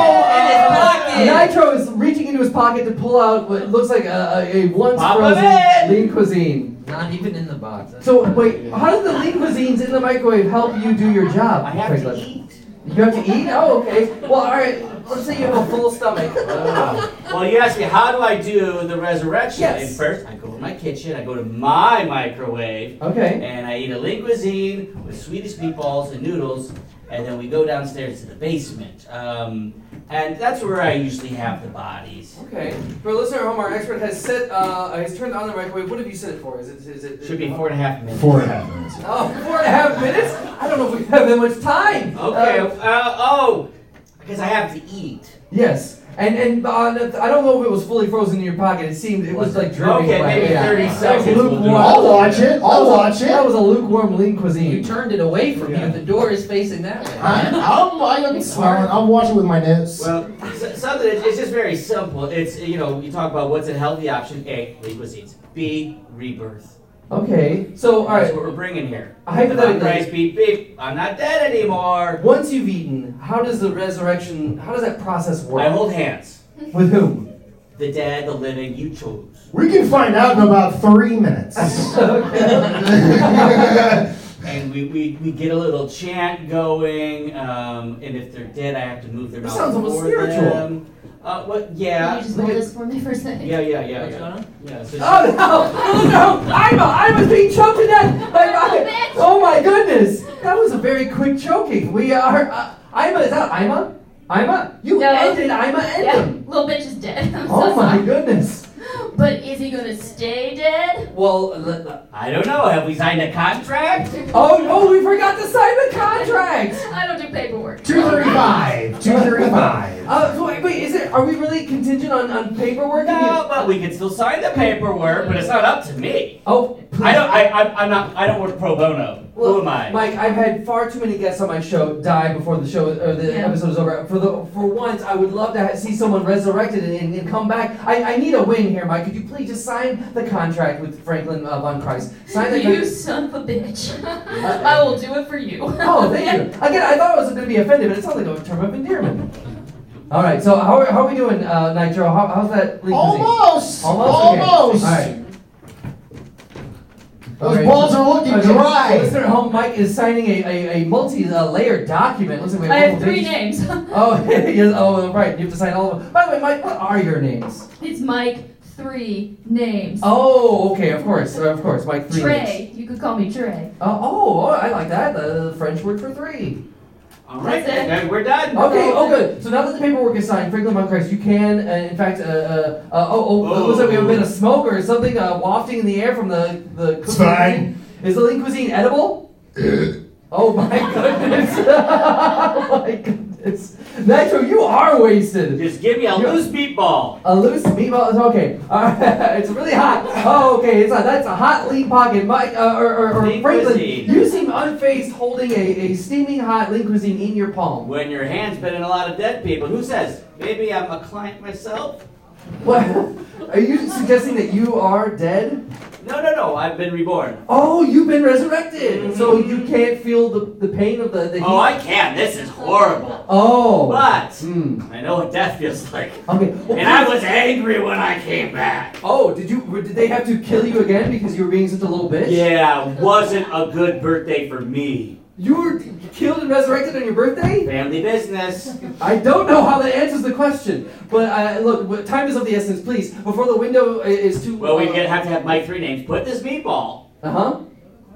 S1: Oh, Nitro is reaching into his pocket to pull out what looks like a, a, a once
S6: Papa
S1: frozen
S6: Man!
S1: lean cuisine.
S3: Not even in the box. That's
S1: So wait, how does the lean cuisines in the microwave help you do your job?
S6: I have to
S1: Franklin?
S6: eat.
S1: You have to eat? Oh, okay. Well, all right. Let's say you have a full stomach. Uh,
S6: Ah. Well, you asked me how do I do the resurrection?
S1: Yes.
S6: And first, I go to my kitchen, I go to my microwave,
S1: okay.
S6: and I eat a lean cuisine with Swedish meatballs and noodles, and then we go downstairs to the basement. Um, and that's where I usually have the bodies.
S1: Okay. For a listener at home, our expert has set, uh, has turned on the microwave. What have you set it for? Is it, is it?
S6: Should be four and a half minutes.
S7: Four and a half minutes.
S1: Oh, four and a half minutes? I don't know if we have that much time.
S6: Okay.
S1: Uh,
S6: Uh, oh, because I have to eat.
S1: yes. And and uh, I don't know if it was fully frozen in your pocket. It seemed it was like dripping.
S6: Okay,
S1: wet.
S6: maybe
S1: Yeah.
S6: 30
S1: That was
S6: seconds will do
S1: lukewarm.
S6: it.
S7: I'll watch it.
S1: That
S7: I'll
S1: was a-
S7: watch it.
S1: That was a lukewarm lean cuisine.
S5: You turned it away from you. The door is facing that way.
S7: I, I'll, I'll, smile. I'll watch it with my nose.
S6: Well, so- something it's, it's just very simple. It's you know you talk about what's a healthy option. A, lean cuisines. B, rebirth.
S1: Okay. So all
S6: That's
S1: right.
S6: what we're bringing here.
S1: Hypothetically-
S6: The rice beep beep. I'm not dead anymore.
S1: Once you've eaten, how does the resurrection? How does that process work?
S6: I hold hands.
S1: With whom?
S6: The dead, the living, you chose.
S7: we can find out in about three minutes.
S1: Oh,
S6: And we, we, we get a little chant going. Um, and if they're dead, I have to move their
S1: That
S6: mouth.
S1: sounds almost
S6: for
S1: spiritual.
S6: Them. Uh, what? Yeah.
S2: Can you just
S1: look
S2: hold
S1: at-
S2: this for me for a second?
S6: Yeah, yeah, yeah.
S5: What's
S6: yeah.
S5: going on?
S6: Yeah, so
S1: Oh no! Oh no! I'm I was being choked to death by my. Oh my goodness! That was a very quick choking. We are. Uh, Ima is that Ima? Ima? You
S8: No.
S1: ended Ima
S8: Yeah,
S1: Endem.
S8: little bitch is dead. I'm
S1: Oh
S8: so
S1: my
S8: sorry.
S1: goodness.
S8: But is he gonna stay dead?
S1: Well. le- le-
S6: I don't know. Have we signed a contract?
S1: Oh no! We forgot to sign the contract.
S8: I don't do paperwork.
S7: 235. 235.
S1: Uh, so wait, wait, is it? Are we really contingent on, on paperwork?
S6: No, but we can still sign the paperwork. But it's not up to me.
S1: Oh. please.
S6: I don't. I, I, I'm not. I don't work pro bono. Who am I?
S1: Mike, I've had far too many guests on my show die before the show or the
S8: Yeah.
S1: episode is over. For the for once, I would love to ha- see someone resurrected and, and, and come back. I, I need a win here, Mike. Could you please just sign the contract with Franklin uh, von Christ? Sign the
S8: You
S1: contract.
S8: son of a bitch. I will do it for you.
S1: Oh, thank you. Again, I thought I was going to be offended, but it sounds like a term of endearment. All right, so how, are- how are we doing, uh, Nitro? How, how's that? leak cuisine?
S7: Almost. Almost.
S1: Almost. okay. All right.
S7: Those balls are looking
S1: Okay,
S7: dry.
S1: Listener at home, Mike is signing a, a, a multi-layered document. Looks like we
S8: I
S1: have
S8: have
S1: multiple
S8: three
S1: pages.
S8: names.
S1: Oh, yes, oh, right. You have to sign all of them. By the way, Mike, what are your names?
S8: It's Mike, three names.
S1: Oh, okay, of course, uh, of course, Mike. Three. names.
S8: Trey. You could call me Trey.
S1: Uh, oh, oh, I like that. The, the French word for three.
S6: All right,
S8: That's it.
S6: then we're done.
S1: Okay. Oh, good. So now that the paperwork is signed, Franklin von Christ, you can, uh, in fact, uh, uh, uh, oh, oh, it looks like we have a bit of smoke or something uh, wafting in the air from the the.
S7: It's
S1: cooking
S7: fine. Uh.
S1: cuisine. Is the lean cuisine edible? oh my goodness! oh my goodness! Nitro, you are wasted.
S6: Just give me a
S1: You're-
S6: loose meatball.
S1: A loose meatball. it's Okay, Uh, it's really hot. Oh, okay, it's a, that's a hot lean pocket. Mike uh, or, or, or
S6: Lean
S1: Franklin,
S6: cuisine.
S1: you seem unfazed, holding a, a steaming hot lean cuisine in your palm.
S6: When your hand's been in a lot of dead people, who says maybe I'm a client myself?
S1: What? Are you suggesting that you are dead?
S6: No, no, no. I've been reborn.
S1: Oh, you've been resurrected, so you can't feel the, the pain of the, the heat.
S6: Oh, I can. This is horrible.
S1: oh.
S6: But
S1: Hmm.
S6: I know what death feels like.
S1: Okay.
S6: And I was angry when I came back.
S1: Oh, did you? Did they have to kill you again because you were being such a little bitch?
S6: Yeah, wasn't a good birthday for me.
S1: You were killed and resurrected on your birthday?
S6: Family business.
S1: I don't know how that answers the question. But uh, look, w- time is of the essence, please. Before the window i- is too.
S6: Well, we
S1: uh,
S6: would have to have Mike three names. Put this meatball
S1: Uh huh.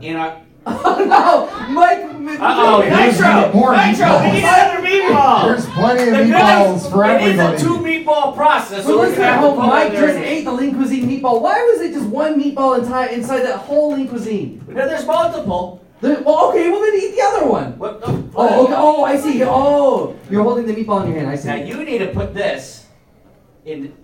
S6: in our.
S1: Oh no, Mike. m-
S6: Uh oh,
S1: m-
S7: There's
S6: Nitro!
S7: more
S6: Nitro, we need
S7: meatballs.
S6: another meatball!
S7: There's plenty of
S6: The
S7: meatballs for
S6: guys- It
S7: everybody.
S6: is a two meatball process,
S1: Who
S6: so we're
S1: was
S6: gonna
S1: that
S6: have to
S1: whole
S6: put one
S1: Mike
S6: there.
S1: just ate the lean cuisine meatball? Why was it just one meatball inside inside that whole lean cuisine?
S6: No, there's multiple.
S1: The, well, okay, well then eat the other one.
S6: What the?
S1: Oh, okay. oh, I see. Oh, you're holding the meatball in your hand. I see.
S6: Now you need to put this in,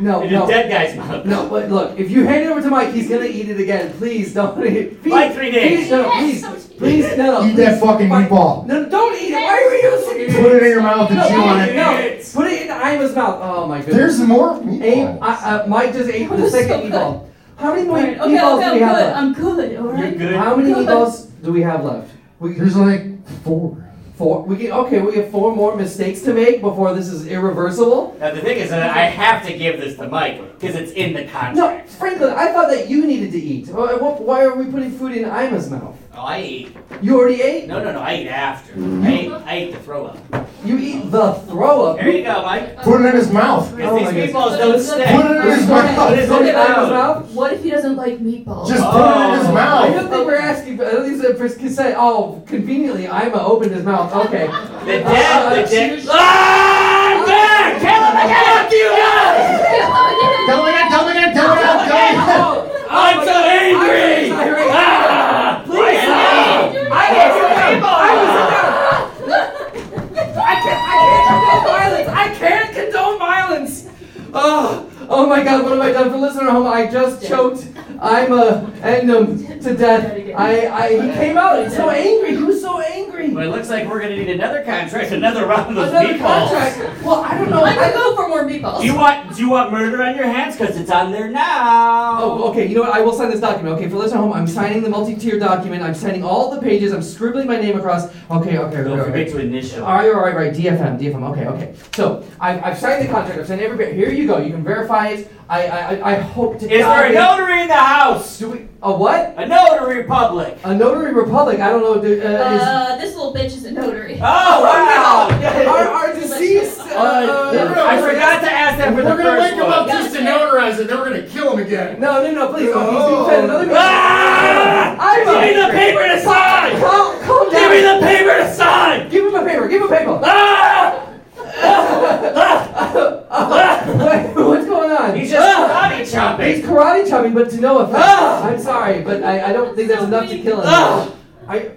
S1: no,
S6: in
S1: Oh, no.
S6: a dead guy's mouth.
S1: No, but look, if you hand it over to Mike, he's gonna eat it again. Please don't eat feed,
S6: Mike, three days.
S1: feed- no, no, please, please, no, no.
S7: Eat that
S1: please.
S7: fucking
S1: Mike,
S7: meatball.
S1: No, no, don't eat it. Why are you using
S7: Put it in your mouth and
S1: No,
S7: chew on it.
S1: no. Put it in Ima's mouth. Oh my goodness.
S7: There's more
S1: Aim,
S7: meatballs.
S1: I, uh, Mike just ate the
S2: was so
S1: second
S2: good.
S1: meatball. How many more
S2: Alright, okay,
S1: meatballs
S2: okay,
S1: do we have left?
S2: I'm good. I'm good. All
S6: You're
S2: right.
S6: good.
S1: How many
S2: Good.
S1: meatballs do we have left? We
S7: There's like four.
S1: four. We get okay. We get four more mistakes to make before this is irreversible.
S6: Now the thing is that I have to give this to Mike because it's in the
S1: No,
S6: contract.
S1: Franklin, I thought that you needed to eat. Why why are we putting food in Ima's mouth?
S6: Oh, I eat.
S1: You already ate.
S6: No, no, no. I eat after. I eat, I eat the throw up.
S1: You eat the throw up.
S6: There you go, Mike.
S7: Put it in his mouth.
S6: Because
S1: Oh my
S6: these
S1: goodness.
S6: meatballs don't
S7: Put it
S6: stick.
S7: in his
S6: Put
S7: mouth.
S6: it in
S1: Put it
S6: his
S1: in his
S6: mouth.
S1: Oh, mouth.
S10: What if he doesn't like meatballs?
S7: Just put it in his
S6: Oh.
S1: I
S7: mouth.
S1: don't think we're asking. I don't think it's a pers- consent. Oh, conveniently, Ima opened his mouth. Okay.
S6: The dead, the dead. Ah, there! Kill him again! Fuck you guys!
S7: Don't look at, don't look at, don't look at, don't
S1: Oh,
S6: I'm so
S1: I'm
S6: angry!
S1: sorry.
S6: Ah! Please
S1: Ah!
S6: leave!
S1: I can't sit down. I was sit down. I can't. I can't condone violence. I can't condone violence. Oh, oh my God! What have I done for listener home? I just choked. I'm a and um to death. I I he came out. He's so angry. He was so angry.
S6: Well, it looks like we're gonna need another contract, another round of those
S1: Another
S6: meatballs.
S1: contract. Well, I don't know.
S2: I
S1: I-
S2: could go for more meatballs.
S6: Do you want do you want murder on your hands? Cause it's on there now.
S1: Oh, okay. You know what? I will sign this document. Okay, for listeners at home, I'm signing the multi-tier document. I'm signing all the pages. I'm scribbling my name across. Okay, okay, okay.
S6: Don't
S1: okay.
S6: forget to initial.
S1: oh. All right, all right, right. DFM, DFM. Okay, okay. So I've, I've signed the contract. I've signed every bit. Here you go. You can verify it. I I, I- I hope to.
S6: Is
S1: God
S6: there a
S1: that-
S6: notary in the house?
S1: Do we a what?
S6: A notary public.
S1: A notary republic? I don't know. Do, uh,
S2: Uh, this little bitch is a notary.
S6: Oh wow!
S1: is, are are deceased? Uh,
S7: no.
S6: I forgot to ask that for
S7: We're
S6: the
S7: gonna wake
S6: first
S7: him up
S6: one.
S7: just to notarize it, then we're gonna kill him again.
S1: no, no, no. Please. Oh, he's been fed another.
S6: Ah!
S1: I'm
S6: Give me
S1: a,
S6: the paper to sign!
S1: calm, calm down.
S6: Give me the paper to sign!
S1: Give him a paper. Give him a paper.
S6: Ah!
S1: Wait, what's going on?
S6: He's just karate chopping.
S1: He's karate chopping, but to no effect. I'm sorry, but I, I don't think that's enough to kill him.
S3: Ah!
S1: I,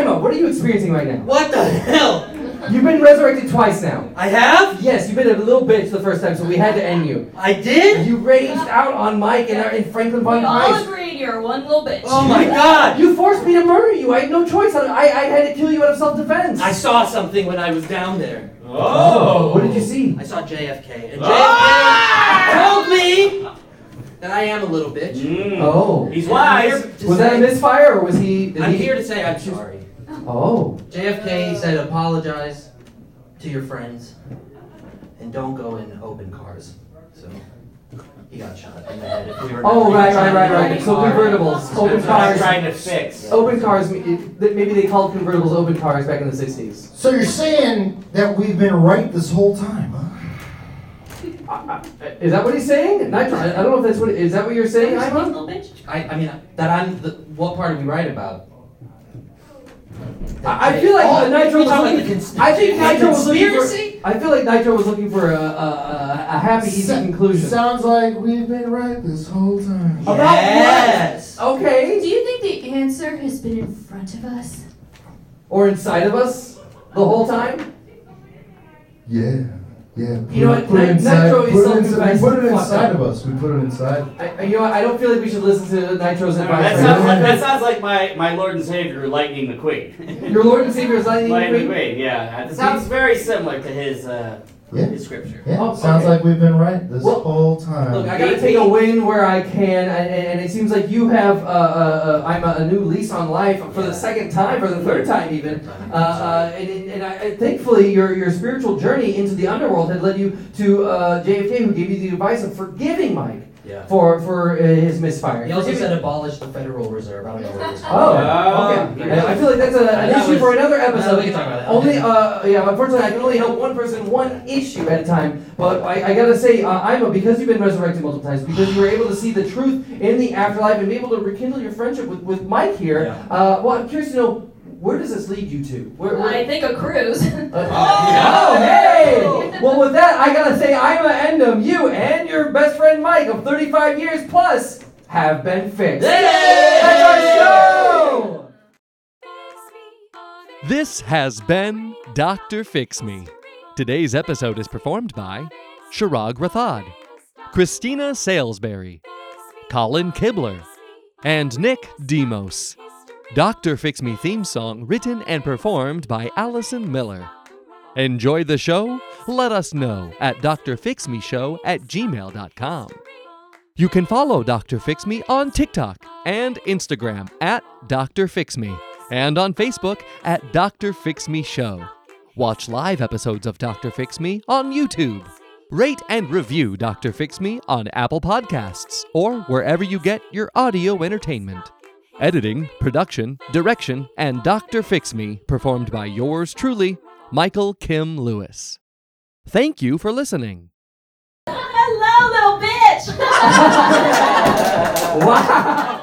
S1: Ima, what are you experiencing right now?
S3: What the hell?
S1: You've been resurrected twice now.
S3: I have?
S1: Yes, you've been a little bitch the first time, so we had to end you.
S3: I did?
S1: You raged out on Mike and, and Franklin
S2: We
S1: von
S2: all
S1: Kreis.
S2: agreed you're one little bitch.
S3: Oh my god!
S1: You forced me to murder you. I had no choice. I, I, I had to kill you out of self-defense.
S3: I saw something when I was down there.
S6: Oh!
S1: What did you see?
S3: I saw JFK. And JFK
S6: Ah!
S3: told me that I am a little bitch.
S6: Mm.
S1: Oh.
S6: He's
S3: I'm here
S6: wise.
S3: to
S1: Was that a
S3: say-
S1: misfire, or was he? Did
S3: I'm
S1: he
S3: here to say I'm sorry.
S1: Oh.
S3: JFK said apologize to your friends and don't go in open cars. So he got shot in the head. If we were
S1: Oh,
S3: we were
S1: right,
S3: trying
S1: right,
S3: to
S1: right,
S3: drive
S1: right.
S3: a
S1: So
S3: car.
S1: convertibles, open
S6: That's what I'm
S1: cars.
S6: trying to fix.
S1: Open cars, it- that maybe they called convertibles open cars back in the 60s.
S7: So you're saying that we've been right this whole time, huh?
S1: Is that what he's saying? Not- I I don't know if that's what, is that what you're
S2: She's
S1: saying,
S2: a
S1: Ima?
S2: little bitch.
S3: I, I mean, that I'm the. What part are we right about?
S1: I, I feel like
S3: Oh,
S1: Nitro
S3: we're
S1: was
S3: talking
S1: looking,
S3: the
S1: I think
S3: conspiracy?
S1: Nitro was looking
S3: Conspiracy?
S1: for, I feel like Nitro was looking for a, a, a, a happy, easy
S7: Sa-
S1: conclusion.
S7: Sounds like we've been right this whole time.
S1: About what?
S3: yes.
S10: Do
S1: Okay,
S10: you think the answer has been in front of us?
S1: or inside of us, the whole time?
S7: Yeah, yeah.
S1: You know what,
S7: Put it
S1: Nit-
S7: inside-
S1: Nitro is
S7: put it
S1: self-confessed
S7: inside- We put it
S1: fuck
S7: inside
S1: up.
S7: of us. We put it inside.
S1: I, you know what, I don't feel like we should listen to Nitro's
S6: That
S1: advice.
S6: sounds
S1: right
S6: like, that sounds like my, my Lord and Savior, Lightning McQueen.
S1: now. Your Lord and Savior is not
S6: Lightning
S1: even
S6: McQueen, yeah. It sounds very similar to his uh,
S7: Yeah.
S6: is scripture.
S7: Yeah,
S1: Oh,
S7: sounds
S1: okay.
S7: like we've been right this
S1: Well,
S7: whole time.
S1: Look, I gotta take a win where I can, and, and and it seems like you have. Uh, uh, uh, I'm a, a new lease on life for the second time, for the third time even. Uh, uh, and and, and I, and thankfully, your your spiritual journey into the underworld had led you to uh, JFK, who gave you the advice of forgiving Mike
S11: Yeah.
S1: for for uh, his misfire.
S12: He also said abolish the Federal Reserve. I don't know where this.
S1: Oh, okay.
S6: Yeah.
S1: I feel like that's a, an
S12: That
S1: issue
S12: was-
S1: for another
S12: Uh,
S1: episode.
S12: we can talk about that.
S1: Only, uh, yeah. Unfortunately, I can only help one person, one issue at a time. But I, I gotta say, uh, Ima, because you've been resurrected multiple times, because you were able to see the truth in the afterlife and be able to rekindle your friendship with, with Mike here.
S11: Yeah.
S1: Uh, well, I'm curious to know where does this lead you to? Where, where-
S2: I think a cruise.
S1: uh, oh, hey! Well, with that, I gotta say, Ima Endem, you and your best friend Mike of 35 years plus have been fixed. That's our show.
S3: This has been Dr. Fix Me. Today's episode is performed by Chirag Rathod, Christina Salisbury, Colin Kibler, and Nick Demos. Dr. Fix Me theme song written and performed by Allison Miller. Enjoy the show? Let us know at drfixmeshow at gmail.com. You can follow Dr. Fix Me on TikTok and Instagram at Dr. Fix Me and on Facebook at Dr. Fix Me Show. Watch live episodes of Dr. Fix Me on YouTube. Rate and review Dr. Fix Me on Apple Podcasts or wherever you get your audio entertainment. Editing, production, direction, and Dr. Fix Me performed by yours truly, Michael Kim Lewis. Thank you for listening.
S2: Hello, little bitch.
S1: Wow.